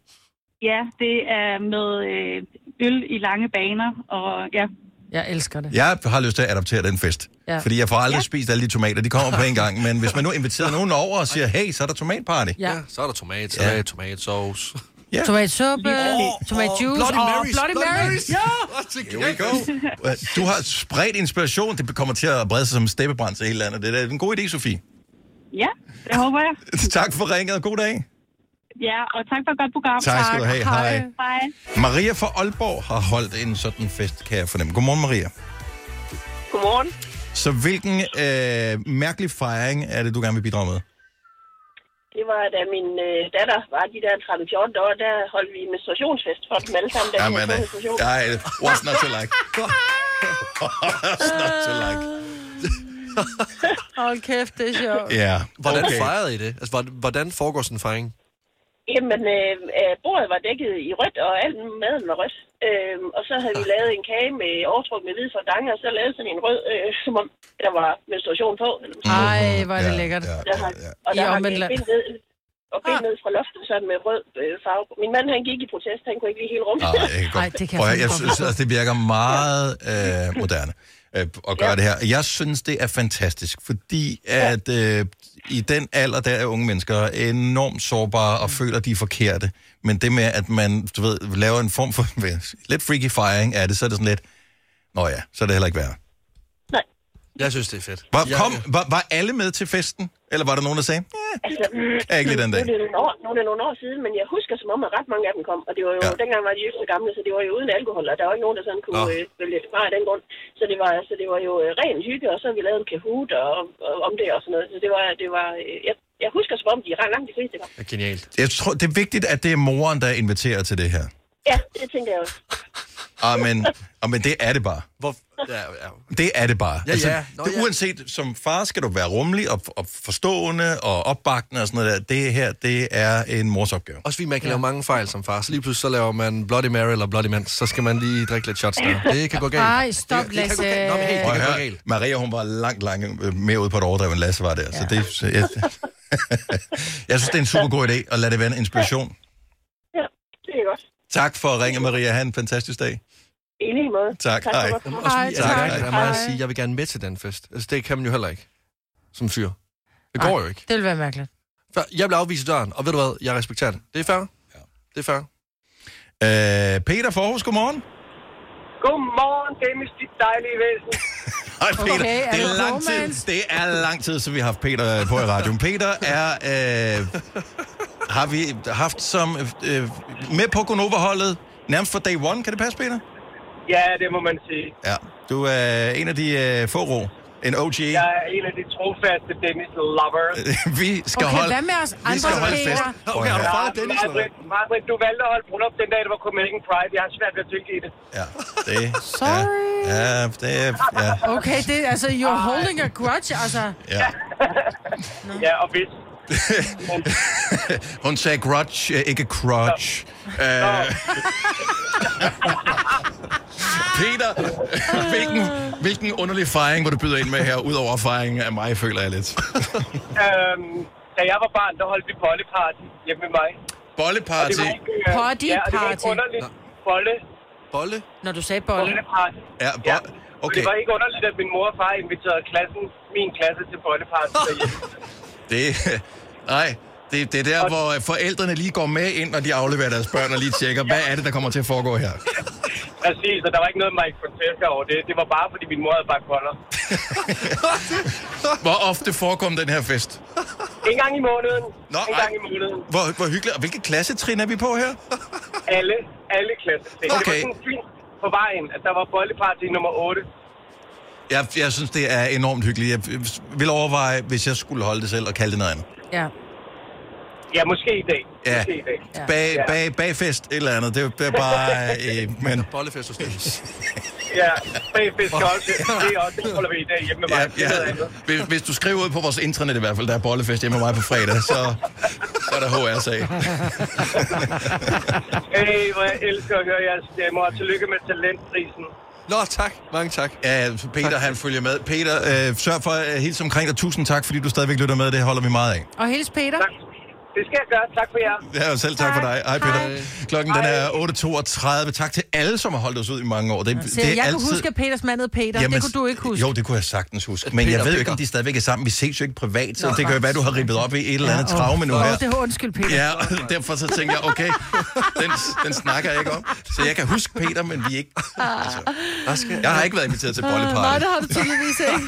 Speaker 12: Ja, det er med øh, øl i lange baner, og ja.
Speaker 2: Jeg elsker det.
Speaker 1: Jeg har lyst til at adoptere den fest.
Speaker 12: Ja.
Speaker 1: Ja. Fordi jeg får aldrig ja. spist alle de tomater, de kommer på en gang. Men hvis man nu inviterer nogen over og siger, hey, så er der tomatparty.
Speaker 2: Ja.
Speaker 3: Ja, så er der tomat, så er der tomatsauce.
Speaker 1: Ja.
Speaker 2: Tomatsuppe, tomatjuice
Speaker 3: Bloody
Speaker 2: og
Speaker 3: Marys,
Speaker 2: Bloody
Speaker 3: Bloody
Speaker 2: Marys.
Speaker 3: Marys.
Speaker 2: Ja.
Speaker 3: Here we *laughs* go.
Speaker 1: Du har spredt inspiration. Det kommer til at brede sig som en steppebrand til hele landet. Det er da en god idé, Sofie.
Speaker 12: Ja, det håber jeg.
Speaker 1: *laughs* tak for ringet, og god dag.
Speaker 12: Ja, og tak for et godt program.
Speaker 1: Tak skal du have. Tak. Hej.
Speaker 12: Hej.
Speaker 1: Maria fra Aalborg har holdt en sådan fest, kan jeg fornemme. Godmorgen, Maria.
Speaker 13: Godmorgen.
Speaker 1: Så hvilken øh, mærkelig fejring er det, du gerne vil bidrage med?
Speaker 13: Det var, da min øh, datter var de der 13-14 år, der holdt vi menstruationsfest for dem alle sammen, da de havde
Speaker 1: øh,
Speaker 13: fået menstruation.
Speaker 1: *laughs* nej, what's not to like? *laughs* what's not to like?
Speaker 2: Hold kæft, det er sjovt.
Speaker 1: Ja.
Speaker 3: Hvordan
Speaker 1: okay.
Speaker 3: fejrede I det? Altså, hvordan- hvordan foregår sådan en fejring?
Speaker 13: Jamen, øh, øh, bordet var dækket i rødt, og alt maden var rødt. Øh, og så havde vi lavet en kage med overtrukket med hvid fordange, og så lavede sådan en rød, øh, *laughs* som om der var menstruation på. Eller sådan.
Speaker 2: Ej, hvor er det lækkert.
Speaker 13: Der har, og
Speaker 2: I
Speaker 13: der har
Speaker 2: omvendt
Speaker 13: jeg
Speaker 2: land.
Speaker 13: bind ned, og bind ned fra loftet sådan med rød øh, farve. Min mand, han gik i protest, han kunne ikke lige hele rummet.
Speaker 1: Nej, jeg kan godt. Prøv, at- jeg synes, altså, det virker meget øh, moderne øh, at gøre ja. det her. Jeg synes, det er fantastisk, fordi at øh, i den alder, der er unge mennesker enormt sårbare og føler, de er forkerte. Men det med, at man du ved, laver en form for *laughs* lidt freaky firing af det, så er det sådan lidt, nå ja, så er det heller ikke værre.
Speaker 3: Jeg synes, det er fedt.
Speaker 1: Var, kom, var, var alle med til festen? Eller var der nogen, der sagde,
Speaker 13: Altså,
Speaker 1: Er ikke lige den dag.
Speaker 13: Nu er det nogle år, nu er det nogle år siden, men jeg husker som om, at ret mange af dem kom. Og det var jo, ja. dengang var de jo ikke så gamle, så det var jo uden alkohol, og der var ikke nogen, der sådan kunne
Speaker 1: Nå.
Speaker 13: øh, vælge det fra af den grund. Så det var, så det var jo øh, ren hygge, og så vi lavede en kahoot og, og, om det og sådan noget. Så det var, det var øh, jeg, jeg husker som om, de er ret langt de fleste var.
Speaker 3: Det er genialt.
Speaker 1: Jeg tror, det er vigtigt, at det er moren, der inviterer til det her.
Speaker 13: Ja, det tænker jeg også.
Speaker 1: Amen. Amen, det er det bare.
Speaker 3: Hvor... Ja, ja.
Speaker 1: Det er det bare. Altså,
Speaker 3: Ja, ja. Nå,
Speaker 1: det,
Speaker 3: ja.
Speaker 1: Uanset, som far skal du være rummelig og, og forstående og opbakende og sådan noget der. Det her, det er en mors opgave.
Speaker 3: Også fordi man kan ja. lave mange fejl som far, så lige pludselig så laver man Bloody Mary eller Bloody Man, så skal man lige drikke lidt shots der. Det kan gå galt.
Speaker 2: Ej, stop,
Speaker 3: Det- det kan gå
Speaker 2: Lasse.
Speaker 3: galt. Nå, men helt, det
Speaker 1: Prøv
Speaker 3: kan
Speaker 1: at
Speaker 3: gå
Speaker 1: høre,
Speaker 3: galt.
Speaker 1: Maria, hun var langt, langt øh, mere ude på et overdrev, end Lasse var der. Ja. Så det, så
Speaker 3: *laughs*
Speaker 1: jeg, jeg synes, det er en super god idé at lade det være en inspiration.
Speaker 13: Ja, det er godt.
Speaker 1: Tak for at ringe, Maria. Ha' en fantastisk dag.
Speaker 13: I lige måde.
Speaker 1: Tak, hej.
Speaker 13: for
Speaker 3: Jamen,
Speaker 13: godt.
Speaker 3: Også fordi, altså,
Speaker 1: tak.
Speaker 3: det er mærkeligt af mig at
Speaker 1: Hej.
Speaker 3: sige, jeg vil gerne med til den fest. Altså, det kan man jo heller ikke. Som fyr. Det går jo ikke.
Speaker 2: Det ville være mærkeligt.
Speaker 3: Før, jeg blev afvist i døren, og ved du hvad, jeg respekterer det. Det er fair. Ja. Det er fair.
Speaker 1: Øh, Peter Forhus, godmorgen.
Speaker 14: Godmorgen, Dennis, dit dejlige væsen.
Speaker 1: Hej, Peter.
Speaker 14: Okay, er
Speaker 1: det, er
Speaker 14: det
Speaker 1: lang
Speaker 14: bromance?
Speaker 1: tid, det er lang tid, siden vi har haft Peter øh, på i radioen. Peter er... Øh, har vi haft som... Øh, med på Gonova-holdet nærmest fra day one. Kan det passe, Peter?
Speaker 14: Ja, det må man sige.
Speaker 1: Ja. Du er en af de øh, få ro. En OG.
Speaker 14: Jeg er en af de trofaste Dennis lovers.
Speaker 1: *laughs* Øh, vi skal
Speaker 14: Okay,
Speaker 1: holde...
Speaker 14: hvad med os
Speaker 1: vi skal
Speaker 14: andre,
Speaker 1: holde
Speaker 14: Peter?
Speaker 1: fest. Prøv at høre.
Speaker 14: Dennis Margaret, du valgte at holde bryllup den dag, det var Copenhagen Pride. Jeg har svært ved at tilgive det.
Speaker 1: Det,
Speaker 2: Sorry.
Speaker 1: ja, ja, det, er- ja.
Speaker 2: Okay, det er altså, you're holding a grudge, altså.
Speaker 1: Ja.
Speaker 14: Ja, og
Speaker 1: *laughs*
Speaker 14: hvis.
Speaker 1: Hun sagde grudge, øh, ikke crutch. Øh, *laughs* Peter, hvilken, hvilken underlig fejring, hvor du byder ind med her, udover fejringen af mig, føler jeg lidt.
Speaker 14: Øhm, da jeg var barn, der holdt vi bolleparty hjemme med mig.
Speaker 1: Bolleparty?
Speaker 14: Og det var ikke, øh,
Speaker 2: Potty
Speaker 14: Ja, og det var ikke
Speaker 2: party.
Speaker 14: underligt. Bolle.
Speaker 3: Bolle?
Speaker 2: Når du sagde bolle.
Speaker 14: Bolleparty.
Speaker 1: Ja,
Speaker 14: Ja.
Speaker 1: Okay.
Speaker 14: Det var ikke underligt, at min mor og far inviterede klassen, min klasse til
Speaker 1: *laughs*
Speaker 14: bolleparty derhjemme.
Speaker 1: Det, *laughs* nej, det, det er øh, der, hvor forældrene lige går med ind, når de afleverer deres børn, og lige tjekker, hvad er det, der kommer til at foregå her.
Speaker 14: Præcis, og der var ikke noget Mike Fonseca over det. Det var bare, fordi min mor havde bare kolder.
Speaker 1: Hvor ofte forekom den her fest?
Speaker 14: En gang i måneden.
Speaker 1: Nå,
Speaker 14: en gang i måneden.
Speaker 1: Hvor, hvor hyggeligt. Og hvilke klassetrin er vi på her?
Speaker 14: Alle, alle klassetrin. Det var
Speaker 1: Okay.
Speaker 14: sådan fint på vejen, at der var bolleparty nummer 8.
Speaker 1: Jeg, jeg synes, det er enormt hyggeligt. Jeg vil overveje, hvis jeg skulle holde det selv og kalde det noget andet.
Speaker 2: Ja.
Speaker 14: Ja, måske i dag.
Speaker 1: Ja.
Speaker 14: Måske i dag.
Speaker 1: Bag,
Speaker 14: Ja.
Speaker 1: bag, bagfest, et eller andet. Det
Speaker 14: *laughs*
Speaker 1: er bare... Øh, men... Bollefest hos
Speaker 14: Ja, bagfisk også. Det er også, det holder vi i dag hjemme med mig.
Speaker 1: Ja,
Speaker 14: Det
Speaker 1: ja.
Speaker 14: hedder andet.
Speaker 1: Hvis, hvis du skriver ud på vores intranet i hvert fald, der er bollefest hjemme med mig på fredag, så, så er der HR-sag.
Speaker 14: Hey, hvor jeg elsker at høre jeres stemmer, og tillykke med talentprisen.
Speaker 1: Nå, tak. Mange tak. Ja, Peter, tak. han følger med. Peter, øh, sørg for at hilse omkring dig. Tusind tak, fordi du stadigvæk lytter med. Det holder vi meget af.
Speaker 2: Og hils Peter. Tak.
Speaker 14: Det skal jeg gøre. Tak for jer.
Speaker 1: Ja, selv tak for dig. Hej, Peter. Klokken den er 8.32. Tak til alle, som har holdt os ud i mange år. Det,
Speaker 2: Så Altså, jeg kunne huske, at Peters mand hed Peter. Jamen, det kunne du ikke huske.
Speaker 1: Jo, det kunne jeg sagtens huske. Men
Speaker 3: Peter,
Speaker 1: jeg ved jo ikke, om
Speaker 3: Peter.
Speaker 1: de stadigvæk er sammen. Vi ses jo ikke privat, så
Speaker 2: Nå,
Speaker 1: Nå, det kan jo
Speaker 2: nej.
Speaker 1: være, du har rippet op i et eller andet
Speaker 2: åh,
Speaker 1: traume nu
Speaker 2: åh,
Speaker 1: her.
Speaker 2: Det var undskyld, Peter.
Speaker 1: Ja, og derfor så tænker jeg, okay, den, den snakker jeg ikke om. Så jeg kan huske Peter, men vi er ikke... Altså, jeg har ikke været inviteret til
Speaker 2: Øh, Nej,
Speaker 1: bolleparty.
Speaker 2: det har du tydeligvis ikke.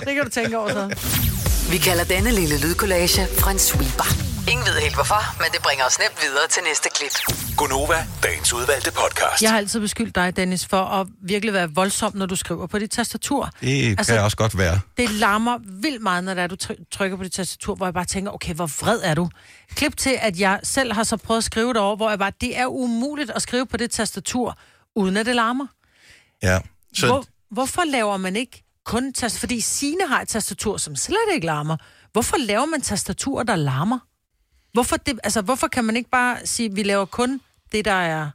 Speaker 2: Det kan du tænke over så.
Speaker 4: Vi kalder denne lille lydkollage en sweeper. Ingen ved helt hvorfor, men det bringer os nemt videre til næste klip.
Speaker 6: Gunova, dagens udvalgte podcast.
Speaker 2: Jeg har altid beskyldt dig, Dennis, for at virkelig være voldsom, når du skriver på dit tastatur.
Speaker 1: Det kan altså, også godt være.
Speaker 2: Det larmer vildt meget, når det er, du try- trykker på dit tastatur, hvor jeg bare tænker, okay, hvor vred er du? Klip til, at jeg selv har så prøvet at skrive derover, hvor jeg bare, det er umuligt at skrive på det tastatur, uden at det larmer.
Speaker 1: Ja. Så
Speaker 2: Hvor, hvorfor laver man ikke kun tastatur? Fordi Sine har et tastatur, som slet ikke larmer. Hvorfor laver man tastaturer, der larmer? Hvorfor, det, altså, hvorfor kan man ikke bare sige, at vi laver kun det, der er,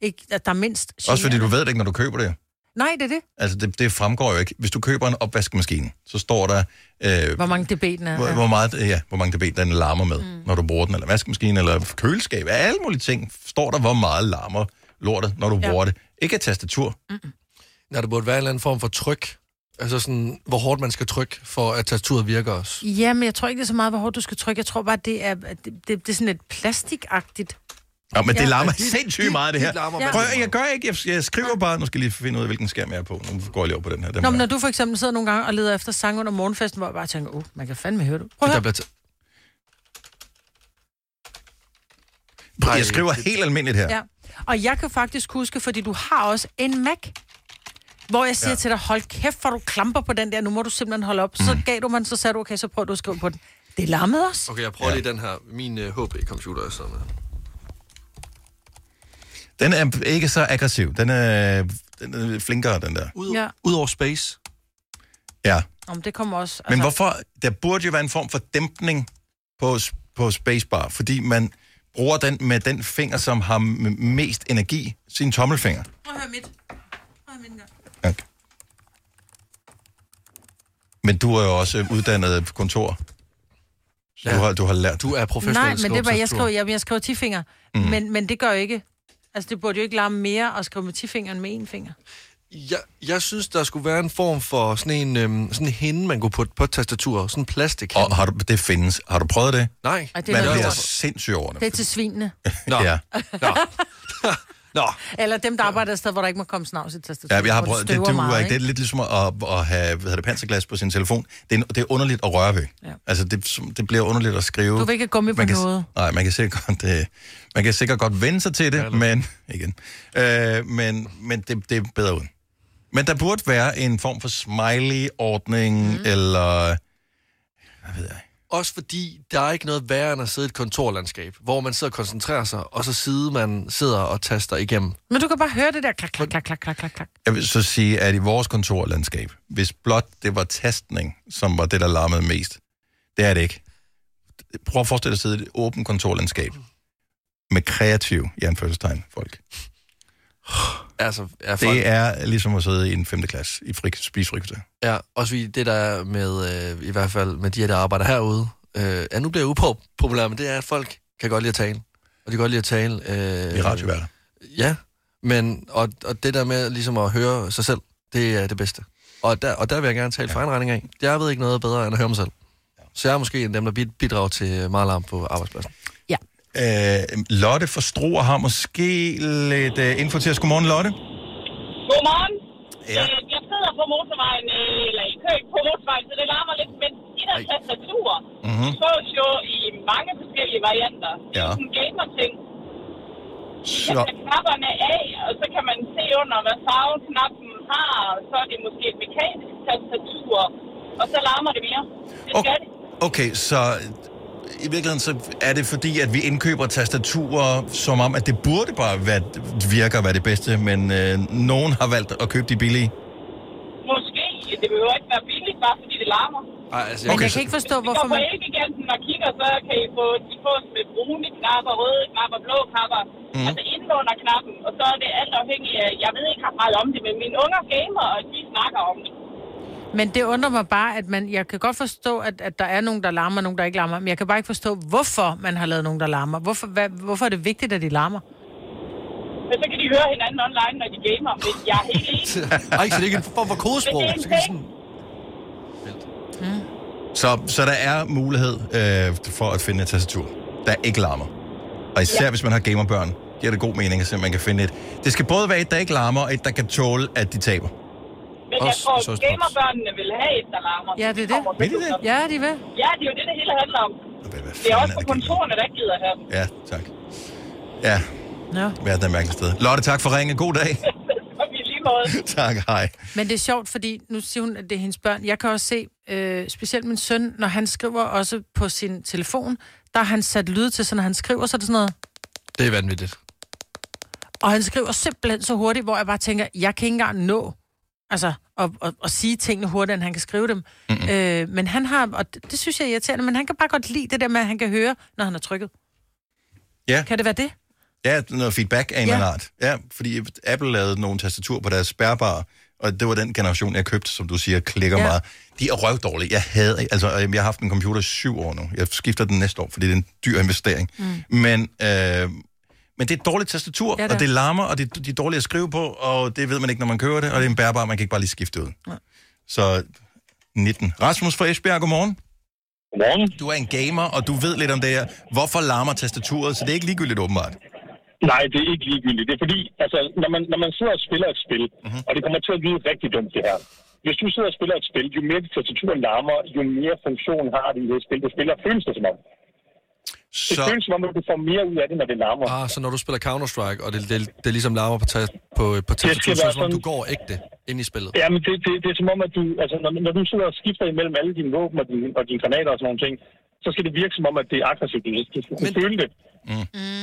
Speaker 2: ikke, at der er mindst
Speaker 1: også fordi
Speaker 2: generende?
Speaker 1: du ved det ikke, når du køber det.
Speaker 2: Nej, det er det.
Speaker 1: Altså, det, det fremgår jo ikke. Hvis du køber en opvaskemaskine, så står der, øh,
Speaker 2: Hvor mange dB den er.
Speaker 1: hvor,
Speaker 2: ja.
Speaker 1: hvor, meget, ja, hvor mange dB den larmer med, mm. når du bruger den, eller vaskemaskinen, eller køleskab, alle mulige ting, står der, hvor meget larmer lortet, når du
Speaker 3: Ja.
Speaker 1: ja. bruger det. Ikke et tastatur.
Speaker 3: Ja, der burde være en eller anden form for tryk. Altså sådan, hvor hårdt man skal trykke, for at tastaturet virker også.
Speaker 2: Ja, men jeg tror ikke, det er så meget, hvor hårdt du skal trykke. Jeg tror bare, det er, det, det, det er sådan lidt plastikagtigt.
Speaker 1: Ja, men det
Speaker 2: Ja.
Speaker 1: larmer
Speaker 2: Ja, dit-
Speaker 1: sindssygt
Speaker 2: dit-
Speaker 1: meget, det her.
Speaker 2: dit larmer Ja.
Speaker 1: Prøv, jeg gør ikke, jeg, jeg skriver bare, nu skal jeg lige finde ud af, hvilken skærm jeg er på. Nu går jeg lige over på den her. Den
Speaker 2: Nå,
Speaker 1: her.
Speaker 2: men når du for eksempel sidder nogle gange og leder efter sang under morgenfesten, hvor jeg bare tænker, åh, oh, man kan fandme høre det. Prøv at
Speaker 1: Der
Speaker 2: høre.
Speaker 1: bliver t- jeg skriver helt almindeligt her.
Speaker 2: Ja. Og jeg kan faktisk huske, fordi du har også en Mac, hvor jeg siger ja.
Speaker 1: Ja.
Speaker 2: til dig, hold kæft, for du klamper på den der, nu må du simpelthen holde op. Så gav du mig den, så sagde du, okay, så prøv du at skrive på den. Det larmede os.
Speaker 3: Okay, jeg prøver ja. lige den her, min uh, HP-computer er sådan her.
Speaker 1: Den er ikke så aggressiv. Den er, den er flinkere, den der.
Speaker 2: Ja,
Speaker 3: Udover space.
Speaker 1: Ja.
Speaker 2: om det kommer også. Altså,
Speaker 1: Men hvorfor? Der burde jo være en form for dæmpning på, s- på spacebar, fordi man bruger den med den finger, som har m- mest energi, sin tommelfinger.
Speaker 2: Prøv at høre mit. Prøv at høre mit engang.
Speaker 1: Men du er jo også uddannet kontor. Så ja. du, har, du har lært.
Speaker 3: Du er
Speaker 2: Nej, men det var, jeg skrev, jeg, jeg skrev 10 fingre. Mm. Men, men det gør jo ikke. Altså, det burde jo ikke larme mere at skrive med 10 fingeren med en finger.
Speaker 3: Jeg, jeg synes, der skulle være en form for sådan en, øhm, sådan en hinde, man kunne putte på et tastatur. Sådan en plastik.
Speaker 1: Og har du, det findes. Har du prøvet det?
Speaker 3: Nej.
Speaker 2: Ej, det er
Speaker 1: Man
Speaker 2: noget
Speaker 1: bliver
Speaker 2: lort.
Speaker 1: sindssyg over det.
Speaker 2: Det er til
Speaker 1: *laughs*
Speaker 2: svinene.
Speaker 1: Nå. Ja. Nå.
Speaker 2: Eller dem, der arbejder et sted, hvor der ikke må komme snavs i tastaturet.
Speaker 1: Ja, jeg har
Speaker 2: hvor
Speaker 1: prøvet, det,
Speaker 2: støver
Speaker 1: det,
Speaker 2: meget,
Speaker 1: meget,
Speaker 2: ikke?
Speaker 1: ikke? det er lidt ligesom at, at have hvad hedder det, panserglas på sin telefon. Det er, det er underligt at røre ved.
Speaker 2: Ja.
Speaker 1: Altså, det, som- det bliver underligt at skrive.
Speaker 2: Du vil ikke have gummi på
Speaker 1: man kan,
Speaker 2: noget.
Speaker 1: Nej, man kan sikkert godt, det, man kan sikkert godt vende sig til det, ja, men, igen, øh, men, men det, det er bedre uden. Men der burde være en form for smiley-ordning, mm. eller...
Speaker 3: *laughs* Også fordi, der er ikke noget værre end at sidde i et kontorlandskab, hvor man sidder og koncentrerer sig, og så sidder man sidder og taster igennem.
Speaker 2: Men du kan bare høre det der klak, klak, klak, klak, klak, klak, klak.
Speaker 1: Jeg vil så sige, at i vores kontorlandskab, hvis blot det var tastning, som var det, der larmede mest, det er det ikke. Prøv at forestille dig at sidde i et åbent kontorlandskab med kreativ, i anførselstegn, folk.
Speaker 3: Altså, er folk...
Speaker 1: Det er ligesom at sidde i en 5. klasse i frik, spisfrikvarter.
Speaker 3: Ja, også fordi det der er med, øh, i hvert fald med de her, der arbejder herude, øh, ja, nu bliver jeg upopulær, men det er, at folk kan godt lide at tale. Og de kan godt lide at tale... Øh,
Speaker 1: Vi er radioværter.
Speaker 3: Ja, men, og, og det der med ligesom at høre sig selv, det er det bedste. Og der, og der vil jeg gerne tale ja. for egen regning af. Jeg ved ikke noget bedre, end at høre mig selv. Så jeg er måske en af dem, der bid- bidrager til meget larm på arbejdspladsen.
Speaker 2: Ja.
Speaker 1: Øh, Lotte fra Struer har måske lidt øh, info til os. Godmorgen, Lotte.
Speaker 15: Godmorgen.
Speaker 1: Ja.
Speaker 15: Øh, jeg sidder på motorvejen, øh, eller i kø på motorvejen, så det larmer lidt, men de der tastaturer,
Speaker 1: Mhm.
Speaker 15: mm-hmm. fås jo i mange forskellige varianter. Det er
Speaker 1: Ja.
Speaker 15: jo sådan en gamer-ting. Så
Speaker 1: Så.
Speaker 15: tager knapperne af, og så kan man se under, hvad farve knappen har, og så er det måske et mekanisk tastatur, og så larmer det mere. Det skal det.
Speaker 1: Okay, så i virkeligheden så er det fordi, at vi indkøber tastaturer, som om, at det burde bare være, virker at være det bedste, men øh, nogen har valgt at købe de billige.
Speaker 15: Måske. Det behøver ikke være billigt, bare fordi det larmer.
Speaker 3: Ej,
Speaker 1: altså, jeg Okay, kan så- ikke
Speaker 2: forstå,
Speaker 15: hvorfor man... Hvis I går på elgiganten og kigger, så kan I få de fås med brune knapper, røde knapper, blå knapper.
Speaker 1: Mm.
Speaker 15: Mm. Altså inden under knappen. Og så er det alt afhængigt af, jeg ved ikke ret meget om det, men mine unger gamer, og de snakker om det.
Speaker 2: Men det undrer mig bare, at man, jeg kan godt forstå, at, at der er nogen, der larmer, og nogen, der ikke larmer, men jeg kan bare ikke forstå, hvorfor man har lavet nogen, der larmer. Hvorfor, hvad, hvorfor er det vigtigt, at de larmer?
Speaker 15: Men så kan de høre hinanden online, når de gamer, men jeg er helt enig.
Speaker 3: Ej, så det er ikke en form for kodesprog.
Speaker 15: Men det er en
Speaker 3: Så kan de
Speaker 15: ting.
Speaker 3: sådan...
Speaker 1: Så, så der er mulighed øh, for at finde et tastatur, der ikke larmer. Og især ja. hvis man har gamerbørn, giver det god mening, at man kan finde et. Det skal både være et, der ikke larmer, og et, der kan tåle, at de taber.
Speaker 15: Men jeg
Speaker 1: Også-
Speaker 15: tror,
Speaker 1: også-
Speaker 15: gamerbørnene vil have et, der larmer.
Speaker 2: Ja, det er det.
Speaker 1: Vil de det?
Speaker 2: Ja, de vil.
Speaker 15: Ja, det er jo det, det hele handler om. Det er også på kontorerne, der ikke gider have dem.
Speaker 1: Ja, tak. Ja,
Speaker 2: Ja.
Speaker 1: verden er et mærkeligt sted. Lotte, tak for ringen. God
Speaker 15: *laughs*
Speaker 1: dag.
Speaker 15: Og vi er lige
Speaker 1: *laughs*
Speaker 15: måde.
Speaker 1: tak, hej.
Speaker 2: Men det er sjovt, fordi nu siger hun, at det er hendes børn. Jeg kan også se, øh, specielt min søn, når han skriver også på sin telefon, der har han sat lyde til, så når han skriver, så er det sådan noget,
Speaker 3: Det er vanvittigt.
Speaker 2: og han skriver simpelthen så hurtigt, hvor jeg bare tænker, jeg kan ikke engang nå altså, at, at, at sige tingene hurtigere, end han kan skrive dem. Mm-hmm. Øh, men han har, og det, det synes jeg er irriterende, men han kan bare godt lide det der med, at han kan høre, når han er trykket.
Speaker 1: Ja.
Speaker 2: Kan det være det?
Speaker 1: Ja, noget feedback af en
Speaker 2: Ja.
Speaker 1: ja. art. Ja, fordi Apple lavede nogle tastatur på deres spærrebare, og det var den generation, jeg købte, som du siger, klikker
Speaker 2: Ja.
Speaker 1: ja. meget. De er røvdårlige. Jeg havde, altså, øh, jeg har haft en computer i syv år nu. Jeg skifter den næste år, fordi det er en dyr investering. Mm. Men, øh, men det er et dårligt tastatur,
Speaker 2: Ja,
Speaker 1: ja,
Speaker 2: det er.
Speaker 1: og det larmer, og det, de er dårlige at skrive på, og det ved man ikke, når man kører det, og det er en bærbar, man kan ikke bare lige skifte ud.
Speaker 2: Nej.
Speaker 1: Så 19. Rasmus fra Esbjerg, godmorgen. Godmorgen. Du er en gamer, og du ved lidt om det her. Hvorfor larmer tastaturet? Så det er ikke ligegyldigt åbenbart.
Speaker 16: Nej, det er ikke ligegyldigt. Det er fordi, altså, når man, når man sidder og spiller et spil, mm-hmm.
Speaker 1: Mhm.
Speaker 16: og det kommer til at lyde rigtig dumt det her. Hvis du sidder og spiller et spil, jo mere dit tastatur larmer, jo mere funktion har det i det spil, du spiller, føles det som om.
Speaker 1: Så...
Speaker 16: Det føles som om, at du får mere ud af det, når det larmer.
Speaker 3: Ah, så når du spiller Counter-Strike, og det, det, det ligesom larmer på, ta- på, på
Speaker 16: skal
Speaker 3: tastaturen, så er
Speaker 16: være
Speaker 3: det som om, du
Speaker 16: sådan-
Speaker 3: går ægte ind i spillet.
Speaker 16: Jamen, det, det, det er som om, at du, altså, når, når du sidder og skifter imellem alle dine våben og dine, og dine granater og sådan nogle ting, så skal det virke som om, at det er aggressivt. Du skal kunne føle det.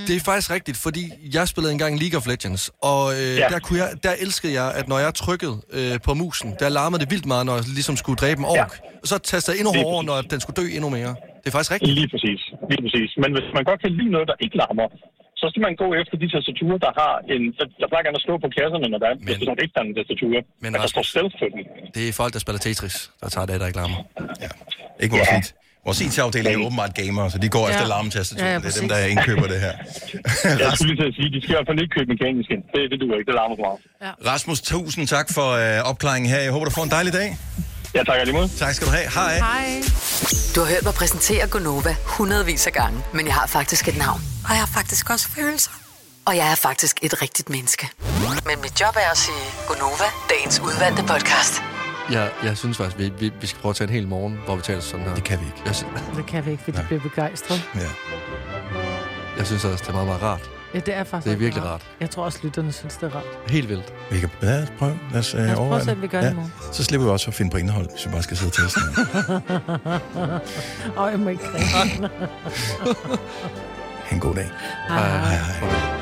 Speaker 3: Det er faktisk rigtigt, fordi jeg spillede engang League of Legends, og øh, ja. der, kunne jeg, der elskede jeg, at når jeg trykkede øh, på musen, der larmede det vildt meget, når jeg ligesom skulle dræbe en ork. Ja. Og så tastede jeg endnu
Speaker 16: Lige
Speaker 3: hårdere, når den skulle dø endnu mere. Det er faktisk rigtigt.
Speaker 16: Lige præcis. Lige præcis. Men hvis man godt kan lide noget, der ikke larmer, så skal man gå efter de tastaturer, der har en... Der, der plejer gerne at stå på kasserne, når der er, hvis der ikke er en tastatur. Altså, Men der står stealth på den.
Speaker 3: Det er folk, der spiller Tetris, der tager det, der ikke larmer.
Speaker 1: Ikke vores, ja. IT. vores IT-afdeling er åbenbart gamere, så de går
Speaker 3: Ja.
Speaker 1: ja. efter larmtastaturen.
Speaker 3: Ja,
Speaker 1: Ja,
Speaker 3: ja,
Speaker 1: ja, det er dem, der
Speaker 3: præcis.
Speaker 1: indkøber det
Speaker 16: *laughs*
Speaker 1: her.
Speaker 16: Jeg skulle lige til at sige, de skal i hvert fald ikke købe mekaniske. Det, det duer ikke. Det larmer for meget.
Speaker 1: Rasmus, tusind tak for øh, opklaringen her. Jeg håber, du får en dejlig dag.
Speaker 16: Ja, tak alligevel.
Speaker 1: Tak skal du have. Hej.
Speaker 2: Hej.
Speaker 4: Du har hørt mig præsentere Gonova hundredvis af gange, men jeg har faktisk et navn. Og jeg har faktisk også følelser. Og jeg er faktisk et rigtigt menneske. Men mit job er at sige Gonova, dagens udvalgte podcast.
Speaker 3: Jeg, jeg synes faktisk, vi, vi, vi skal prøve at tage en hel morgen, hvor vi taler sådan her. Det
Speaker 1: kan vi ikke.
Speaker 3: Jeg, sy- *laughs*
Speaker 2: Det kan vi ikke, fordi de bliver begejstret.
Speaker 1: ja.
Speaker 3: jeg synes også, det er meget, meget rart.
Speaker 2: Ja, det er faktisk
Speaker 3: Det er virkelig
Speaker 2: Jeg tror også, lytterne synes, det er rart.
Speaker 3: Helt vildt.
Speaker 1: Vi kan, ja, lad os prøve. Lad os, øh,
Speaker 2: Lad os prøve
Speaker 1: overveje
Speaker 2: at se, om vi gør det i morgen.
Speaker 1: Så slipper vi også for at finde på indhold, hvis vi bare skal sidde og teste.
Speaker 2: Åh, jeg må ikke grine.
Speaker 1: en god dag.
Speaker 2: Hej.
Speaker 1: hej. hej.